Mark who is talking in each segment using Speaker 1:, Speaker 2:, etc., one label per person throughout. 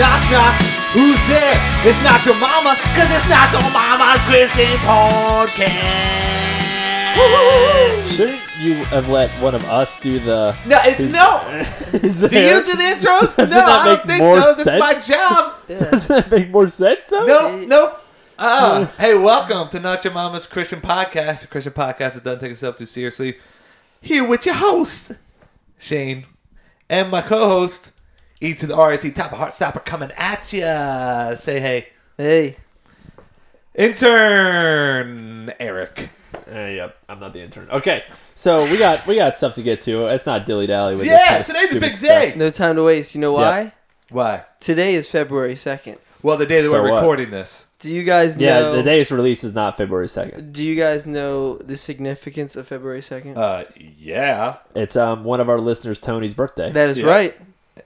Speaker 1: Knock, knock. Who's there? It's not your mama, cause it's not your mama's Christian podcast.
Speaker 2: Shouldn't you have let one of us do the?
Speaker 1: No, it's
Speaker 2: Is-
Speaker 1: no.
Speaker 2: Is
Speaker 1: Do you
Speaker 2: there-
Speaker 1: do the intros?
Speaker 2: Doesn't
Speaker 1: no,
Speaker 2: that
Speaker 1: I don't
Speaker 2: make
Speaker 1: think
Speaker 2: more
Speaker 1: so. That's my
Speaker 2: sense?
Speaker 1: job.
Speaker 2: Doesn't that make more sense though?
Speaker 1: Nope, nope. Uh, hey, welcome to Not Your Mama's Christian Podcast, a Christian podcast that doesn't take itself too seriously. Here with your host, Shane, and my co host, E to the RSE Top of Heart Stopper, coming at ya. Say hey.
Speaker 3: Hey,
Speaker 1: Intern Eric.
Speaker 2: Uh, yep, I'm not the intern. Okay, so we got we got stuff to get to. It's not dilly dally with
Speaker 1: Yeah,
Speaker 2: this.
Speaker 1: today's a
Speaker 2: kind of
Speaker 1: big
Speaker 2: stupid
Speaker 1: day.
Speaker 2: stuff.
Speaker 3: no time to waste. You know why?
Speaker 1: Why?
Speaker 3: Today is February 2nd.
Speaker 1: Well, the day that
Speaker 2: So
Speaker 1: we're
Speaker 2: what?
Speaker 1: recording this.
Speaker 3: Do you guys
Speaker 2: Yeah,
Speaker 3: know
Speaker 2: the day's release is not February second.
Speaker 3: Do you guys know the significance of February 2nd?
Speaker 1: Uh, yeah.
Speaker 2: It's um one of our listeners, Tony's birthday.
Speaker 3: that is
Speaker 1: yeah.
Speaker 3: right.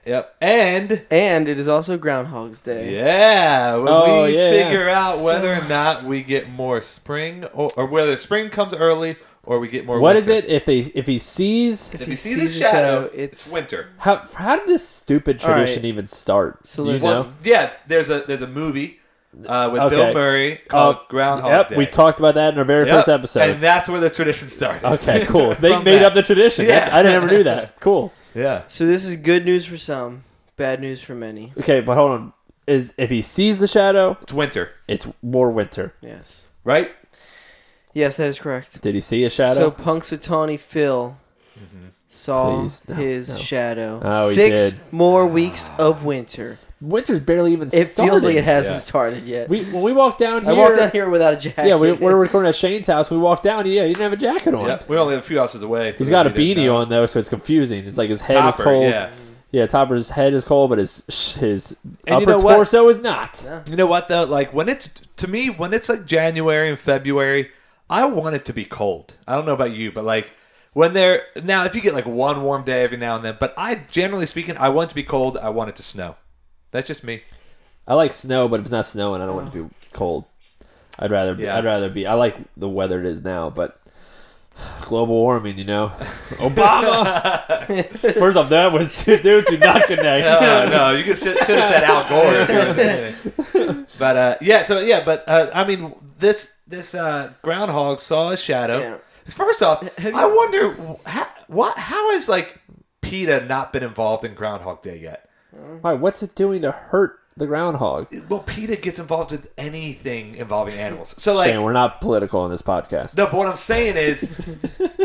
Speaker 1: Yep. And.
Speaker 3: And it is also Groundhog's Day.
Speaker 1: Yeah, when
Speaker 2: Oh,
Speaker 1: we
Speaker 2: yeah,
Speaker 1: figure out whether
Speaker 3: So-
Speaker 1: or not we get more spring, or, or whether spring comes early, or we get more.
Speaker 2: what is
Speaker 1: winter.
Speaker 2: it if they if he sees
Speaker 1: If,
Speaker 3: If
Speaker 1: you
Speaker 3: he
Speaker 1: see
Speaker 3: sees
Speaker 1: the
Speaker 3: a
Speaker 1: shadow,
Speaker 3: shadow,
Speaker 1: it's,
Speaker 3: it's-
Speaker 1: winter.
Speaker 2: how how did this stupid
Speaker 3: All right.
Speaker 2: tradition even start?
Speaker 3: So
Speaker 2: Do you
Speaker 3: let's-
Speaker 2: know?
Speaker 1: Well, yeah, there's a there's a movie uh, with Bill
Speaker 2: Okay.
Speaker 1: Murray called
Speaker 2: Oh,
Speaker 1: Groundhog
Speaker 2: yep,
Speaker 1: Day.
Speaker 2: we talked about that in our very
Speaker 1: Yep,
Speaker 2: first episode.
Speaker 1: and that's where the tradition started.
Speaker 2: okay, cool. They
Speaker 1: From
Speaker 2: made
Speaker 1: that.
Speaker 2: up the tradition.
Speaker 1: Yeah.
Speaker 2: I never knew that. Cool.
Speaker 1: Yeah,
Speaker 3: So this is good news for some, bad news for many.
Speaker 2: Okay, but hold on. Is if he sees the shadow,
Speaker 1: it's winter,
Speaker 2: it's more winter.
Speaker 3: Yes.
Speaker 1: right?
Speaker 3: Yes, that is correct.
Speaker 2: Did he see a
Speaker 3: So
Speaker 2: shadow?
Speaker 3: Punxsutawney Phil
Speaker 1: Mm-hmm.
Speaker 3: saw
Speaker 2: Please, no,
Speaker 3: his
Speaker 2: no.
Speaker 3: shadow.
Speaker 2: Oh, he
Speaker 3: Six
Speaker 2: did.
Speaker 3: more weeks of winter.
Speaker 2: Winter's barely even
Speaker 3: It feels like it hasn't
Speaker 1: Yeah.
Speaker 3: started yet.
Speaker 2: We when we walked down here,
Speaker 3: I walked out here without a jacket.
Speaker 2: yeah, we, we're recording at Shane's house. We walked down, yeah, he didn't have a jacket on.
Speaker 1: Yep, we're only a few houses away.
Speaker 2: He's got a beanie on though, so it's confusing. It's like his head
Speaker 1: Topper,
Speaker 2: is cold.
Speaker 1: yeah.
Speaker 2: Yeah, Topper's head is cold, but his his
Speaker 1: And
Speaker 2: upper
Speaker 1: you know what?
Speaker 2: torso is not.
Speaker 3: Yeah.
Speaker 1: You know what though? Like when it's to me, when it's like January and February, I want it to be cold. I don't know about you, but like when they're now, if you get like one warm day every now and then, but I generally speaking, I want it to be cold. I want it to snow. That's just me.
Speaker 2: I like snow, but if it's not snowing, I don't want it to be cold. I'd rather be,
Speaker 1: Yeah.
Speaker 2: I'd rather be. I like the weather it is now, but global warming, you know, Obama. First off, that was dude, do not connect.
Speaker 1: Uh, no, you should, should have said Al Gore. if you were saying it. but uh, yeah, so yeah, but uh, I mean, this this uh, groundhog saw a shadow.
Speaker 3: Yeah.
Speaker 1: First off,
Speaker 3: Have
Speaker 1: I
Speaker 3: you-
Speaker 1: wonder how, what how has like PETA not been involved in Groundhog Day yet?
Speaker 2: Why? What's it doing to hurt the groundhog?
Speaker 1: well, PETA gets involved with anything involving animals. So like,
Speaker 2: Shane, we're not political on this podcast.
Speaker 1: no, but what I'm saying is,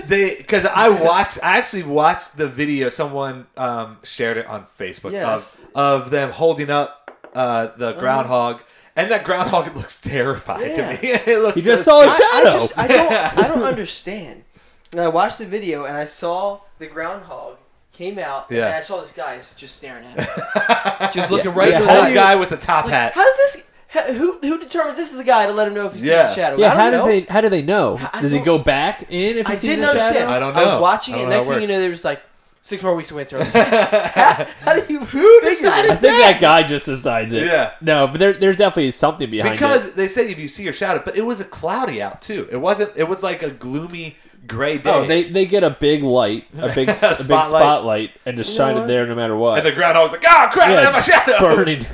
Speaker 1: they because I watched, I actually watched the video. Someone um, shared it on Facebook
Speaker 3: Yes. Uh-huh.
Speaker 1: of of them holding up uh, the groundhog, and that groundhog looks terrified
Speaker 3: Yeah.
Speaker 1: to me. it looks.
Speaker 2: You just saw a
Speaker 3: I- I,
Speaker 2: shadow.
Speaker 3: just, I don't, I don't understand. And I watched the video and I saw the groundhog came out
Speaker 1: Yeah.
Speaker 3: and I saw this guy s- just staring at him, just looking
Speaker 2: Yeah.
Speaker 3: right
Speaker 2: Yeah.
Speaker 3: to
Speaker 1: the
Speaker 2: How do
Speaker 3: his eyes.
Speaker 1: whole guy with the top
Speaker 3: Like,
Speaker 1: hat.
Speaker 3: how does this? ha- Who who determines this is the guy to let him know if he sees
Speaker 1: Yeah.
Speaker 3: a shadow?
Speaker 2: yeah,
Speaker 3: I
Speaker 2: how
Speaker 3: don't
Speaker 2: do
Speaker 3: know.
Speaker 2: they? How do they know?
Speaker 3: I- I
Speaker 2: Does he
Speaker 3: don't-
Speaker 2: go back in if he
Speaker 3: I
Speaker 2: sees
Speaker 3: didn't
Speaker 2: a
Speaker 3: understand.
Speaker 2: shadow?
Speaker 1: I don't
Speaker 3: I was
Speaker 1: know.
Speaker 3: watching
Speaker 1: I
Speaker 3: it.
Speaker 1: don't know
Speaker 3: Next
Speaker 1: how it
Speaker 3: thing you know,
Speaker 1: works.
Speaker 3: they were just like six more weeks of winter. I'm like, how, how do you
Speaker 1: Who
Speaker 2: I
Speaker 1: decided
Speaker 2: think that guy just decides it.
Speaker 1: Yeah.
Speaker 2: No, but there, there's definitely something behind it.
Speaker 1: because they said if you see your shadow, but it was a cloudy out too. It wasn't. It was like a gloomy gray day.
Speaker 2: Oh, they, they get a big light, a big s- a big
Speaker 1: Spotlight.
Speaker 2: spotlight, and just
Speaker 3: You know
Speaker 2: shine it
Speaker 3: what?
Speaker 2: there no matter what.
Speaker 1: and the groundhog's like, oh crap,
Speaker 2: Yeah,
Speaker 1: I have my
Speaker 2: it's
Speaker 1: shadow.
Speaker 2: burning.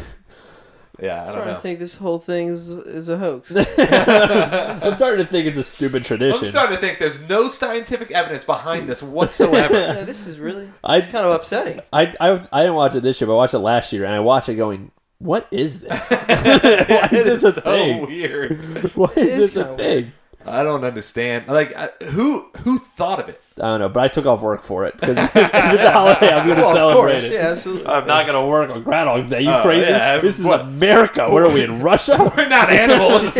Speaker 1: Yeah, I
Speaker 3: I'm
Speaker 1: don't
Speaker 3: starting
Speaker 1: know.
Speaker 3: to think this whole thing is, is a hoax.
Speaker 2: I'm starting to think it's a stupid
Speaker 1: I'm
Speaker 2: tradition.
Speaker 1: starting to think there's no scientific evidence behind this whatsoever.
Speaker 3: no, this is really
Speaker 2: I-
Speaker 3: it's kind of upsetting.
Speaker 2: I, I I didn't watch it this year, but I watched it last year, and I watched it going, "What is this? Why is this a
Speaker 1: so
Speaker 2: thing?
Speaker 1: weird.
Speaker 2: Why is,
Speaker 3: It is
Speaker 2: this a
Speaker 3: kinda
Speaker 2: thing?"
Speaker 1: I don't understand. Like, I, who who thought of it?
Speaker 2: I don't know, but I took off work for it because it's a holiday. I'm going to
Speaker 3: Well, of
Speaker 2: celebrate
Speaker 3: course,
Speaker 2: it.
Speaker 3: yeah, absolutely.
Speaker 1: Uh,
Speaker 2: I'm not going to work on Groundhog Day. You
Speaker 1: Oh,
Speaker 2: crazy?
Speaker 1: yeah, I-
Speaker 2: this is
Speaker 1: what-
Speaker 2: America. Where are we in Russia?
Speaker 1: We're not animals.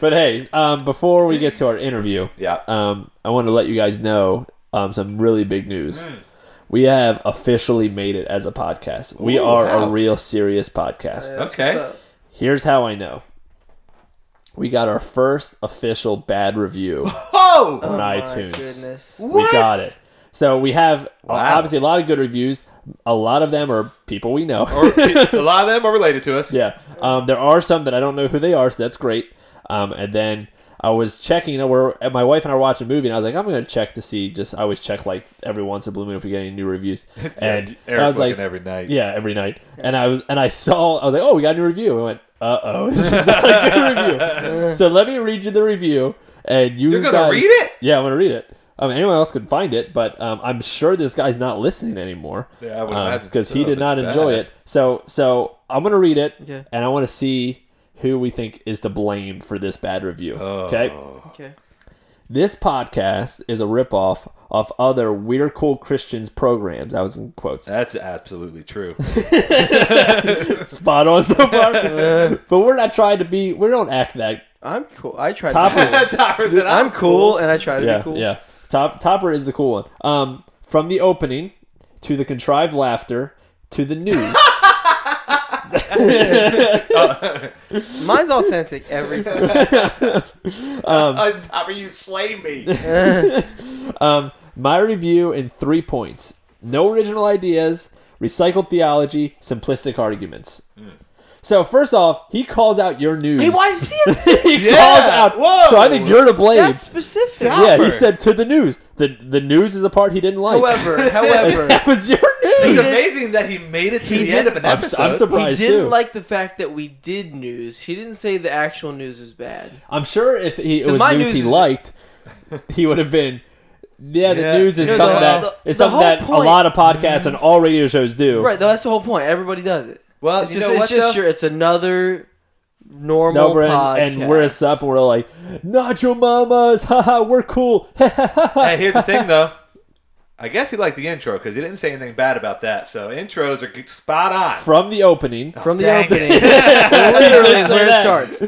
Speaker 2: But hey, um, before we get to our interview,
Speaker 1: yeah.
Speaker 2: um, I want to let you guys know um, some really big news. We have officially made it as a podcast. We
Speaker 1: Ooh,
Speaker 2: are
Speaker 1: how?
Speaker 2: a real serious podcast.
Speaker 3: That's
Speaker 1: Okay.
Speaker 3: what's up.
Speaker 2: Here's how I know. We got our first official bad review.
Speaker 1: Oh,
Speaker 3: Oh my
Speaker 2: iTunes.
Speaker 3: goodness.
Speaker 1: what?
Speaker 2: We got it. So we have uh,
Speaker 1: Wow.
Speaker 2: obviously a lot of good reviews. A lot of them are people we know.
Speaker 1: Or- a lot of them are related to us.
Speaker 2: yeah. Um, there are some that I don't know who they are, so that's great. Um, and then I was checking. You know, we're and my wife and I were watching a movie, and I was like, I'm gonna check to see. Just I always check like every once in a blue moon if we get any new reviews. And
Speaker 1: Eric
Speaker 2: I was
Speaker 1: looking
Speaker 2: like,
Speaker 1: every night.
Speaker 2: yeah, every night. And I was and I saw I was like, oh, we got a new review. I went, uh oh, this is not a good review. So let me read you the review, and you
Speaker 1: You're gonna
Speaker 2: guys-
Speaker 1: read it?
Speaker 2: Yeah, I'm gonna read it. I mean, anyone else can find it, but um, I'm sure this guy's not listening anymore
Speaker 1: Yeah, I would imagine
Speaker 2: because
Speaker 1: so.
Speaker 2: he did not
Speaker 1: That's
Speaker 2: enjoy
Speaker 1: bad.
Speaker 2: it. So, so I'm gonna read it,
Speaker 3: Okay.
Speaker 2: and I want to see who we think is to blame for this bad review. Okay,
Speaker 1: Oh.
Speaker 3: Okay.
Speaker 2: this podcast is a ripoff of other We're Cool Christians programs. I was in quotes.
Speaker 1: That's absolutely true.
Speaker 2: spot on so far. but we're not trying to be. We don't act that.
Speaker 3: I'm cool. I tried.
Speaker 2: Top
Speaker 3: to
Speaker 2: is-
Speaker 3: be cool.
Speaker 1: Topper said,
Speaker 3: I'm cool, and I try to
Speaker 2: yeah,
Speaker 3: be cool.
Speaker 2: yeah. Top topper is the cool one. Um, from the opening to the contrived laughter to the news.
Speaker 3: Mine's authentic. Everything.
Speaker 1: I'm Uh, Topper, you slay me.
Speaker 2: um, my review in three points: no original ideas, recycled theology, simplistic arguments. So first off, he calls out your news.
Speaker 3: hey, why did you have to say
Speaker 2: he
Speaker 1: Yeah,
Speaker 2: calls out.
Speaker 1: whoa.
Speaker 2: So I think you're to blame.
Speaker 3: that specific?
Speaker 2: yeah, he
Speaker 1: proper.
Speaker 2: said to the news. The the news is the part he didn't like.
Speaker 3: However, however,
Speaker 2: that was your news.
Speaker 1: It's amazing that he made it to
Speaker 3: He
Speaker 1: the
Speaker 3: did-
Speaker 1: end of an
Speaker 2: I'm-
Speaker 1: episode.
Speaker 2: I'm
Speaker 3: he
Speaker 2: surprised
Speaker 3: didn't
Speaker 2: too.
Speaker 3: like the fact that we did news. He didn't say the actual news is bad.
Speaker 2: I'm sure if he, it
Speaker 3: 'Cause
Speaker 2: was
Speaker 3: my
Speaker 2: news
Speaker 3: news
Speaker 2: he
Speaker 3: is-
Speaker 2: liked, he would have been. Yeah, the
Speaker 1: Yeah.
Speaker 2: news is
Speaker 1: No,
Speaker 2: something
Speaker 1: the-
Speaker 2: that
Speaker 3: the-
Speaker 2: it's
Speaker 3: the
Speaker 2: something
Speaker 3: whole
Speaker 2: that a
Speaker 3: point-
Speaker 2: lot of podcasts and all radio shows do.
Speaker 3: Right. Though that's the whole point. Everybody does it.
Speaker 1: well,
Speaker 3: It's
Speaker 1: you
Speaker 3: just,
Speaker 1: know
Speaker 3: it's
Speaker 1: what,
Speaker 3: just
Speaker 1: though?
Speaker 3: your. It's another normal
Speaker 2: Over
Speaker 3: podcast.
Speaker 2: and, and we're a sup and we're like, Nacho Mamas, haha, we're cool.
Speaker 1: hey, here's the thing, though. I guess he liked the intro because he didn't say anything bad about that. So intros are g- spot on.
Speaker 2: From the opening,
Speaker 3: from the
Speaker 1: Dang it.
Speaker 3: opening. literally
Speaker 2: Just
Speaker 3: is
Speaker 2: say
Speaker 3: where it
Speaker 2: that.
Speaker 3: starts.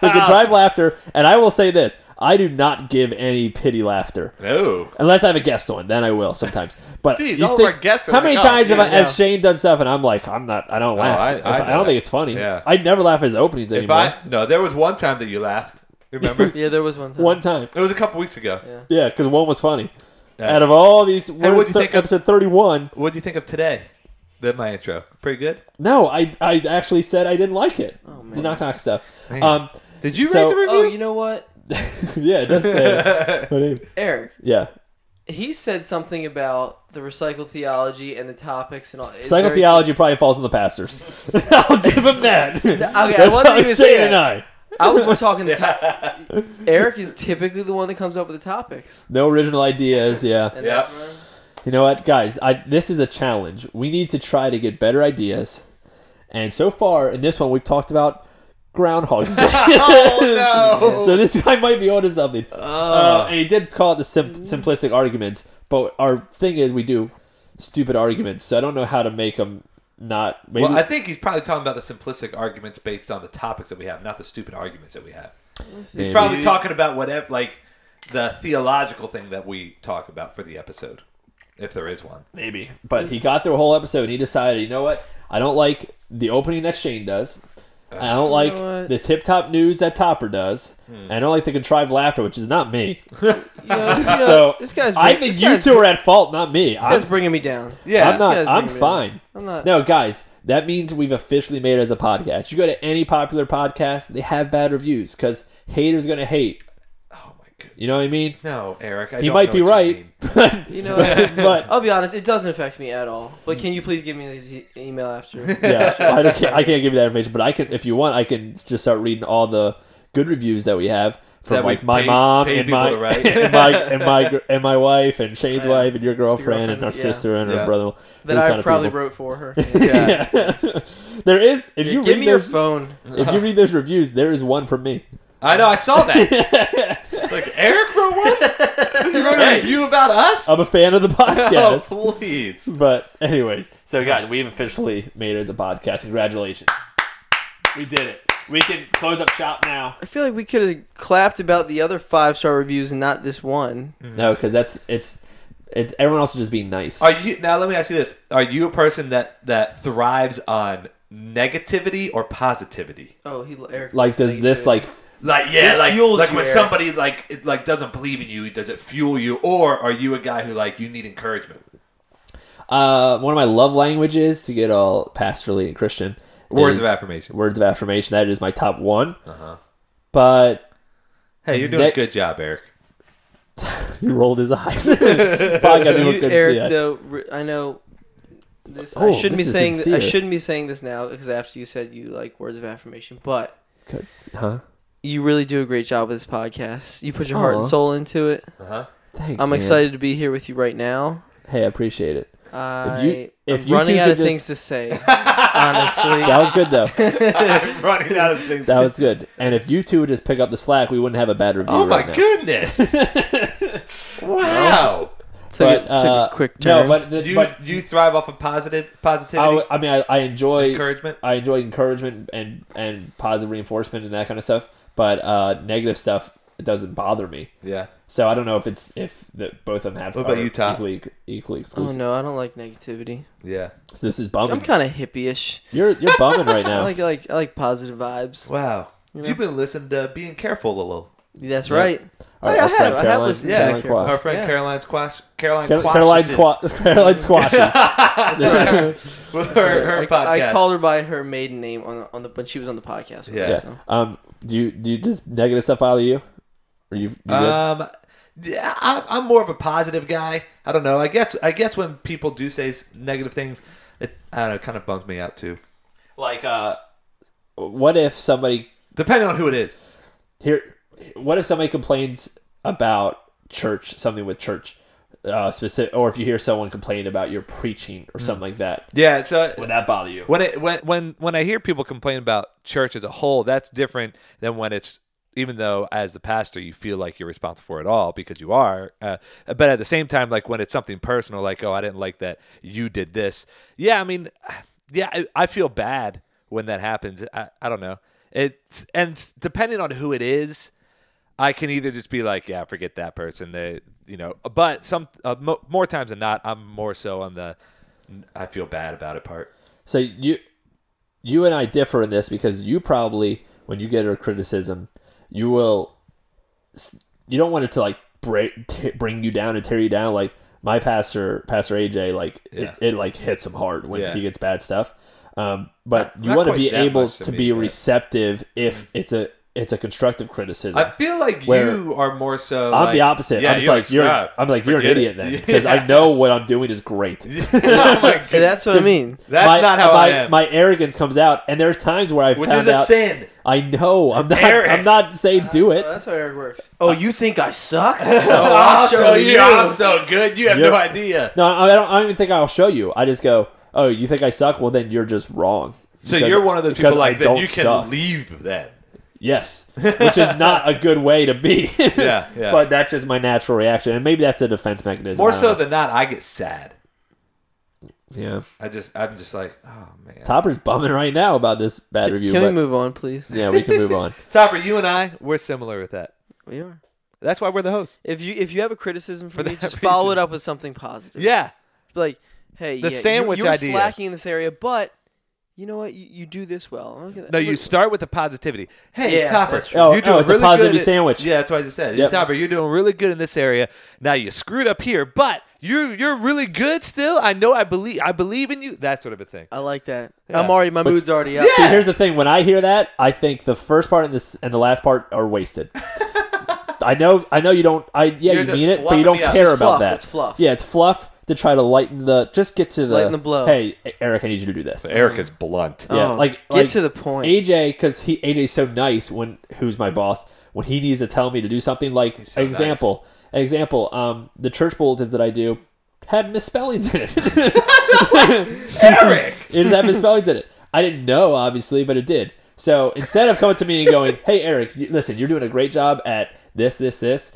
Speaker 2: the drive laughter, and I will say this: I do not give any pity laughter.
Speaker 1: No.
Speaker 2: Unless I have a guest on, then I will sometimes. But
Speaker 1: Jeez,
Speaker 2: you
Speaker 1: all of
Speaker 2: think-
Speaker 1: our guests are
Speaker 2: how
Speaker 1: like,
Speaker 2: many
Speaker 1: oh,
Speaker 2: times
Speaker 1: dude,
Speaker 2: have, I,
Speaker 3: yeah.
Speaker 2: has Shane done stuff and I'm like, I'm not, I don't laugh.
Speaker 1: I-
Speaker 2: If-
Speaker 1: I do
Speaker 2: I, don't
Speaker 1: that.
Speaker 2: think it's funny.
Speaker 1: Yeah.
Speaker 2: I never laugh at his openings
Speaker 1: If
Speaker 2: anymore.
Speaker 1: I, no, there was one time that you laughed. Remember?
Speaker 3: Yeah, there was one time.
Speaker 2: One time,
Speaker 1: It was a couple weeks ago.
Speaker 3: Yeah.
Speaker 2: yeah, because one was funny.
Speaker 1: Yeah.
Speaker 2: Out of all these, we're
Speaker 1: what'd you
Speaker 2: thir-
Speaker 1: think of-
Speaker 2: episode thirty-one.
Speaker 1: What do you think of today? Did my intro pretty good?
Speaker 2: No, I, I actually said I didn't like it.
Speaker 3: Oh,
Speaker 2: the
Speaker 3: man.
Speaker 2: knock knock stuff.
Speaker 1: Damn.
Speaker 2: Um,
Speaker 1: Did you
Speaker 2: So-
Speaker 1: rate the review?
Speaker 3: Oh, you know what,
Speaker 2: yeah, it does say it. My name.
Speaker 3: Eric?
Speaker 2: Yeah,
Speaker 3: He said something about the recycled theology and the topics and all. it's very-
Speaker 2: psychotheology probably falls on the pastors. I'll give him that. Okay,
Speaker 3: I wasn't even saying
Speaker 2: Shane and I.
Speaker 3: I was we're talking. The to- Eric is typically the one that comes up with the topics.
Speaker 2: No original ideas. Yeah.
Speaker 3: And
Speaker 1: Yeah.
Speaker 3: that's where-
Speaker 2: You know what, guys? I, this is a challenge. We need to try to get better ideas. And so far in this one, we've talked about groundhogs.
Speaker 1: oh
Speaker 2: so this guy might be onto something. Uh, and he did call it the sim- simplistic arguments, but our thing is we do stupid arguments. So I don't know how to make them not. Maybe
Speaker 1: Well, I think he's probably talking about the simplistic arguments based on the topics that we have, not the stupid arguments that we have. He's
Speaker 2: Maybe.
Speaker 1: probably talking about whatever, like the theological thing that we talk about for the episode, if there is one.
Speaker 2: maybe. But he got through a whole episode and he decided, you know what? I don't like the opening that Shane does. I don't like
Speaker 3: what?
Speaker 2: the tip top news that Topper does.
Speaker 1: Hmm.
Speaker 2: And I don't like the contrived laughter, which is not me.
Speaker 3: You know, you know,
Speaker 2: So
Speaker 3: this guy's.
Speaker 2: I
Speaker 3: bring-
Speaker 2: think
Speaker 3: this
Speaker 2: you
Speaker 3: guy's
Speaker 2: two are at fault, not me.
Speaker 3: This guy's
Speaker 2: I'm,
Speaker 3: bringing me down.
Speaker 1: Yeah,
Speaker 2: I'm not.
Speaker 3: This guy's
Speaker 2: I'm
Speaker 3: bringing me
Speaker 2: fine.
Speaker 3: I'm not.
Speaker 2: No, guys, that means we've officially made it as a podcast. You go to any popular podcast, they have bad reviews because haters gonna hate.
Speaker 1: Oh my goodness.
Speaker 2: You know what I mean?
Speaker 1: No, Eric. I
Speaker 2: He
Speaker 1: don't
Speaker 2: might
Speaker 1: know
Speaker 2: be
Speaker 1: what you
Speaker 2: right,
Speaker 1: mean.
Speaker 2: but,
Speaker 3: You know, what?
Speaker 2: but
Speaker 3: I'll be honest. It doesn't affect me at all. But can you please give me his e- email after?
Speaker 2: Mm. yeah, I, don't- I can't give you that information. But I can, if you want, I can just start reading all the good reviews that we have from
Speaker 1: That
Speaker 2: like
Speaker 1: we've
Speaker 2: my
Speaker 1: paid-
Speaker 2: mom
Speaker 1: paid
Speaker 2: and
Speaker 1: people
Speaker 2: my,
Speaker 1: to write.
Speaker 2: and my and my gr- and my wife and Shane's
Speaker 3: Yeah.
Speaker 2: wife and your girlfriend and our
Speaker 3: girlfriends, yeah.
Speaker 2: sister and
Speaker 1: Yeah.
Speaker 2: her brother.
Speaker 3: that
Speaker 2: those
Speaker 3: I
Speaker 2: kind of
Speaker 3: probably
Speaker 2: people.
Speaker 3: wrote for her.
Speaker 1: Yeah.
Speaker 2: there is if
Speaker 3: Yeah,
Speaker 2: you
Speaker 3: give
Speaker 2: read
Speaker 3: me your
Speaker 2: those
Speaker 3: phone.
Speaker 2: if you read those reviews, there is one from me.
Speaker 1: I know. I saw that. it's like Eric wrote one. you wrote a review about us.
Speaker 2: I'm a fan of the podcast.
Speaker 1: Oh please.
Speaker 2: But anyways, so guys, we've officially made it as a podcast. Congratulations. We did it. We can close up shop now.
Speaker 3: I feel like we could have clapped about the other five star reviews and not this one.
Speaker 2: Mm. No, because that's it's it's everyone else is just being nice.
Speaker 1: Are you now? Let me ask you this: Are you a person that that thrives on negativity or positivity?
Speaker 3: Oh, he Eric.
Speaker 2: like does this like
Speaker 1: Like yeah,
Speaker 3: This
Speaker 1: like
Speaker 3: fuels
Speaker 1: like
Speaker 3: you,
Speaker 1: when
Speaker 3: Eric.
Speaker 1: somebody like it, like doesn't believe in you, does it fuel you, or are you a guy who like you need encouragement?
Speaker 2: uh one of my love languages to get all pastorally and Christian
Speaker 1: Words
Speaker 2: is
Speaker 1: of affirmation.
Speaker 2: Uh-huh. Words of affirmation. That is my top one.
Speaker 1: Uh-huh.
Speaker 2: But
Speaker 1: Hey, you're doing
Speaker 2: They-
Speaker 1: a good job, Eric.
Speaker 2: He rolled his eyes. Podcast people couldn't
Speaker 3: You,
Speaker 2: see
Speaker 3: Eric,
Speaker 2: that.
Speaker 3: though, re- I know this.
Speaker 2: Oh,
Speaker 3: I shouldn't
Speaker 2: this
Speaker 3: be
Speaker 2: is
Speaker 3: saying. I
Speaker 2: sincere.
Speaker 3: shouldn't be saying this now because after you said you like words of affirmation, but
Speaker 2: Okay. Huh?
Speaker 3: you really do a great job with this podcast. You put your heart and
Speaker 2: Aw.
Speaker 3: soul into it.
Speaker 1: Uh huh.
Speaker 2: Thanks.
Speaker 3: I'm
Speaker 2: man.
Speaker 3: excited to be here with you right now.
Speaker 2: Hey, I appreciate it.
Speaker 3: I,
Speaker 2: if
Speaker 3: I'm
Speaker 2: you
Speaker 3: running
Speaker 2: two
Speaker 3: out
Speaker 2: could
Speaker 3: of
Speaker 2: just-
Speaker 3: things to say, honestly.
Speaker 2: That was good though.
Speaker 1: I'm running out of things.
Speaker 2: That was good. And if you two would just pick up the slack, we wouldn't have a bad review.
Speaker 1: oh my
Speaker 2: right now.
Speaker 1: goodness! wow.
Speaker 3: took, a-
Speaker 2: But,
Speaker 3: took
Speaker 2: uh,
Speaker 3: a quick turn.
Speaker 2: No, but, the,
Speaker 1: Do you,
Speaker 2: but
Speaker 1: do you thrive off of positive
Speaker 2: I,
Speaker 1: positivity,
Speaker 2: w- I mean, I, I enjoy
Speaker 1: encouragement?
Speaker 2: I enjoy encouragement and and positive reinforcement and that kind of stuff. But uh, negative stuff doesn't bother me.
Speaker 1: Yeah.
Speaker 2: So I don't know if it's if the, both of them have
Speaker 1: What about
Speaker 2: are
Speaker 1: you, Tom?
Speaker 2: equally equally
Speaker 3: oh
Speaker 2: exclusive.
Speaker 3: no, I don't like negativity.
Speaker 1: Yeah.
Speaker 2: So this is
Speaker 3: I'm
Speaker 2: bumming.
Speaker 3: kind of hippie-ish.
Speaker 2: You're you're bumming right
Speaker 3: I
Speaker 2: now.
Speaker 3: like I like I like positive vibes.
Speaker 1: Wow.
Speaker 3: You know?
Speaker 1: You've been listening to Being Careful a little.
Speaker 3: That's
Speaker 2: Yeah.
Speaker 3: right.
Speaker 2: Our-
Speaker 3: I-
Speaker 2: our
Speaker 3: I have-
Speaker 2: friend
Speaker 3: I have
Speaker 2: Caroline-
Speaker 3: listened to
Speaker 1: Yeah,
Speaker 2: Caroline
Speaker 3: Being
Speaker 2: Quash.
Speaker 1: Our friend
Speaker 3: Yeah.
Speaker 1: Caroline's Quash. Caroline
Speaker 2: Car-
Speaker 1: Quash.
Speaker 2: Caroline, Qua- Caroline Squashes.
Speaker 3: That's what I-
Speaker 1: her, her
Speaker 3: I,
Speaker 1: podcast.
Speaker 3: I called her by her maiden name on the, on the when she was on the podcast. With
Speaker 1: Yeah.
Speaker 2: Yeah.
Speaker 3: Us, so.
Speaker 2: Um. Do you do you, does negative stuff bother you? Or you? you good?
Speaker 1: Um, yeah, I, I'm more of a positive guy. I don't know. I guess I guess when people do say s- negative things, it I don't know, it kind of bums me out too.
Speaker 2: like uh, what if somebody
Speaker 1: Depending on who it is.
Speaker 2: here? What if somebody complains about church? Something with church. Uh, specific, or if you hear someone complain about your preaching or something like that,
Speaker 1: Yeah. So
Speaker 2: would that bother you?
Speaker 1: when it when when when I hear people complain about church as a whole, that's different than when it's even though as the pastor you feel like you're responsible for it all because you are uh, but at the same time like when it's something personal like oh i didn't like that you did this yeah i mean yeah i, I feel bad when that happens i, I don't know it's and s- depending on who it is I can either just be like, yeah, forget that person. They, you know, but some uh, mo- more times than not, I'm more so on the I feel bad about it part.
Speaker 2: So you, you and I differ in this because you probably, when you get a criticism, you will, you don't want it to like break, t- bring you down and tear you down. Like my pastor, Pastor AJ, like
Speaker 1: Yeah.
Speaker 2: it, it like hits him hard when
Speaker 1: Yeah.
Speaker 2: he gets bad stuff. Um, but
Speaker 1: Not-
Speaker 2: you
Speaker 1: not
Speaker 2: want to
Speaker 1: quite
Speaker 2: be
Speaker 1: that
Speaker 2: able
Speaker 1: much to
Speaker 2: to
Speaker 1: me,
Speaker 2: be
Speaker 1: but- Mm.
Speaker 2: receptive if it's a it's a constructive criticism.
Speaker 1: I feel like
Speaker 2: Where-
Speaker 1: you are more so.
Speaker 2: I'm
Speaker 1: like-
Speaker 2: the opposite.
Speaker 1: Yeah,
Speaker 2: I'm just like, you're.
Speaker 1: "Stop.
Speaker 2: I'm like you're an
Speaker 1: Forget
Speaker 2: idiot
Speaker 1: it."
Speaker 2: then because
Speaker 1: Yeah.
Speaker 2: I know what I'm doing is great.
Speaker 1: Oh my God.
Speaker 3: And that's what I mean.
Speaker 1: That's
Speaker 2: my,
Speaker 1: not how
Speaker 2: my,
Speaker 1: I am.
Speaker 2: My arrogance comes out, and there's times where I
Speaker 1: which
Speaker 2: found
Speaker 1: is a
Speaker 2: out.
Speaker 1: sin.
Speaker 2: I know. I'm not.
Speaker 1: Eric.
Speaker 2: I'm not saying do it.
Speaker 3: Oh, that's how Eric works. Oh, you think I suck? oh,
Speaker 1: I'll show you. I'm so good. You have
Speaker 2: You're-
Speaker 1: no idea.
Speaker 2: No, I I don't. I don't even think I'll show you. I just go. Oh, you think I suck? Well, then you're just wrong.
Speaker 1: So
Speaker 2: Because-
Speaker 1: you're one of those
Speaker 2: because
Speaker 1: people
Speaker 2: I
Speaker 1: like that.
Speaker 2: don't
Speaker 1: You can
Speaker 2: suck.
Speaker 1: leave that.
Speaker 2: Yes, which is not a good way to be.
Speaker 1: Yeah, yeah.
Speaker 2: But that's just my natural reaction, and maybe that's a defense mechanism. I
Speaker 1: More
Speaker 2: don't
Speaker 1: so
Speaker 2: know.
Speaker 1: than not, I get sad.
Speaker 2: yeah.
Speaker 1: I just, I'm just like, oh man.
Speaker 2: Topper's bumming right now about this bad review.
Speaker 3: Can
Speaker 2: but
Speaker 3: we move on, please?
Speaker 2: yeah, we can move on.
Speaker 1: Topper, you and I, we're similar with that.
Speaker 3: We are.
Speaker 1: That's why we're the host.
Speaker 3: If you if you have a criticism for,
Speaker 1: For
Speaker 3: me,
Speaker 1: that
Speaker 3: just follow it
Speaker 1: reason.
Speaker 3: up with something positive.
Speaker 1: Yeah.
Speaker 3: Like, hey,
Speaker 1: The
Speaker 3: yeah,
Speaker 1: sandwich
Speaker 3: you, you're
Speaker 1: idea.
Speaker 3: slacking in this area, but you know what? You, you do this well. Look at that.
Speaker 1: No, you
Speaker 3: Look-
Speaker 1: start with the positivity. Hey,
Speaker 3: Yeah,
Speaker 1: Topper,
Speaker 3: that's
Speaker 2: right. Oh,
Speaker 1: you're doing
Speaker 2: oh, it's a
Speaker 1: really
Speaker 2: positivity
Speaker 1: good at-
Speaker 2: sandwich.
Speaker 1: Yeah, that's what I just said.
Speaker 2: Yep.
Speaker 1: Topper, you're doing really good in this area. Now you screwed up here, but you're you're really good still. I know. I believe. I believe in you. That sort of a thing.
Speaker 3: I like that.
Speaker 1: Yeah.
Speaker 3: I'm already. My mood's already up.
Speaker 2: See, here's the thing. When I hear that, I think the first part and this and the last part are wasted. I know, I know you don't. I yeah,
Speaker 1: You're
Speaker 2: you
Speaker 1: just
Speaker 2: mean it, but
Speaker 1: fluffing
Speaker 2: you don't
Speaker 1: me up. It's
Speaker 2: care about
Speaker 3: fluff,
Speaker 2: that.
Speaker 3: it's fluff.
Speaker 2: Yeah, it's fluff to try to lighten the. Just get to the
Speaker 3: Lighten the blow.
Speaker 2: Hey, E, Eric, I need you to do this.
Speaker 1: Eric is blunt.
Speaker 2: Yeah,
Speaker 3: Oh,
Speaker 2: like
Speaker 3: get
Speaker 2: like
Speaker 3: to the point.
Speaker 2: AJ, because he AJ's so nice when who's my boss when he needs to tell me to do something. Like
Speaker 1: so
Speaker 2: example, example. Um, the church bulletins that I do had misspellings in it.
Speaker 1: Eric.
Speaker 2: It is that misspellings did it. I didn't know, obviously, but it did. So instead of coming to me and going, "Hey, Eric, you- listen, you're doing a great job at this, this, this,"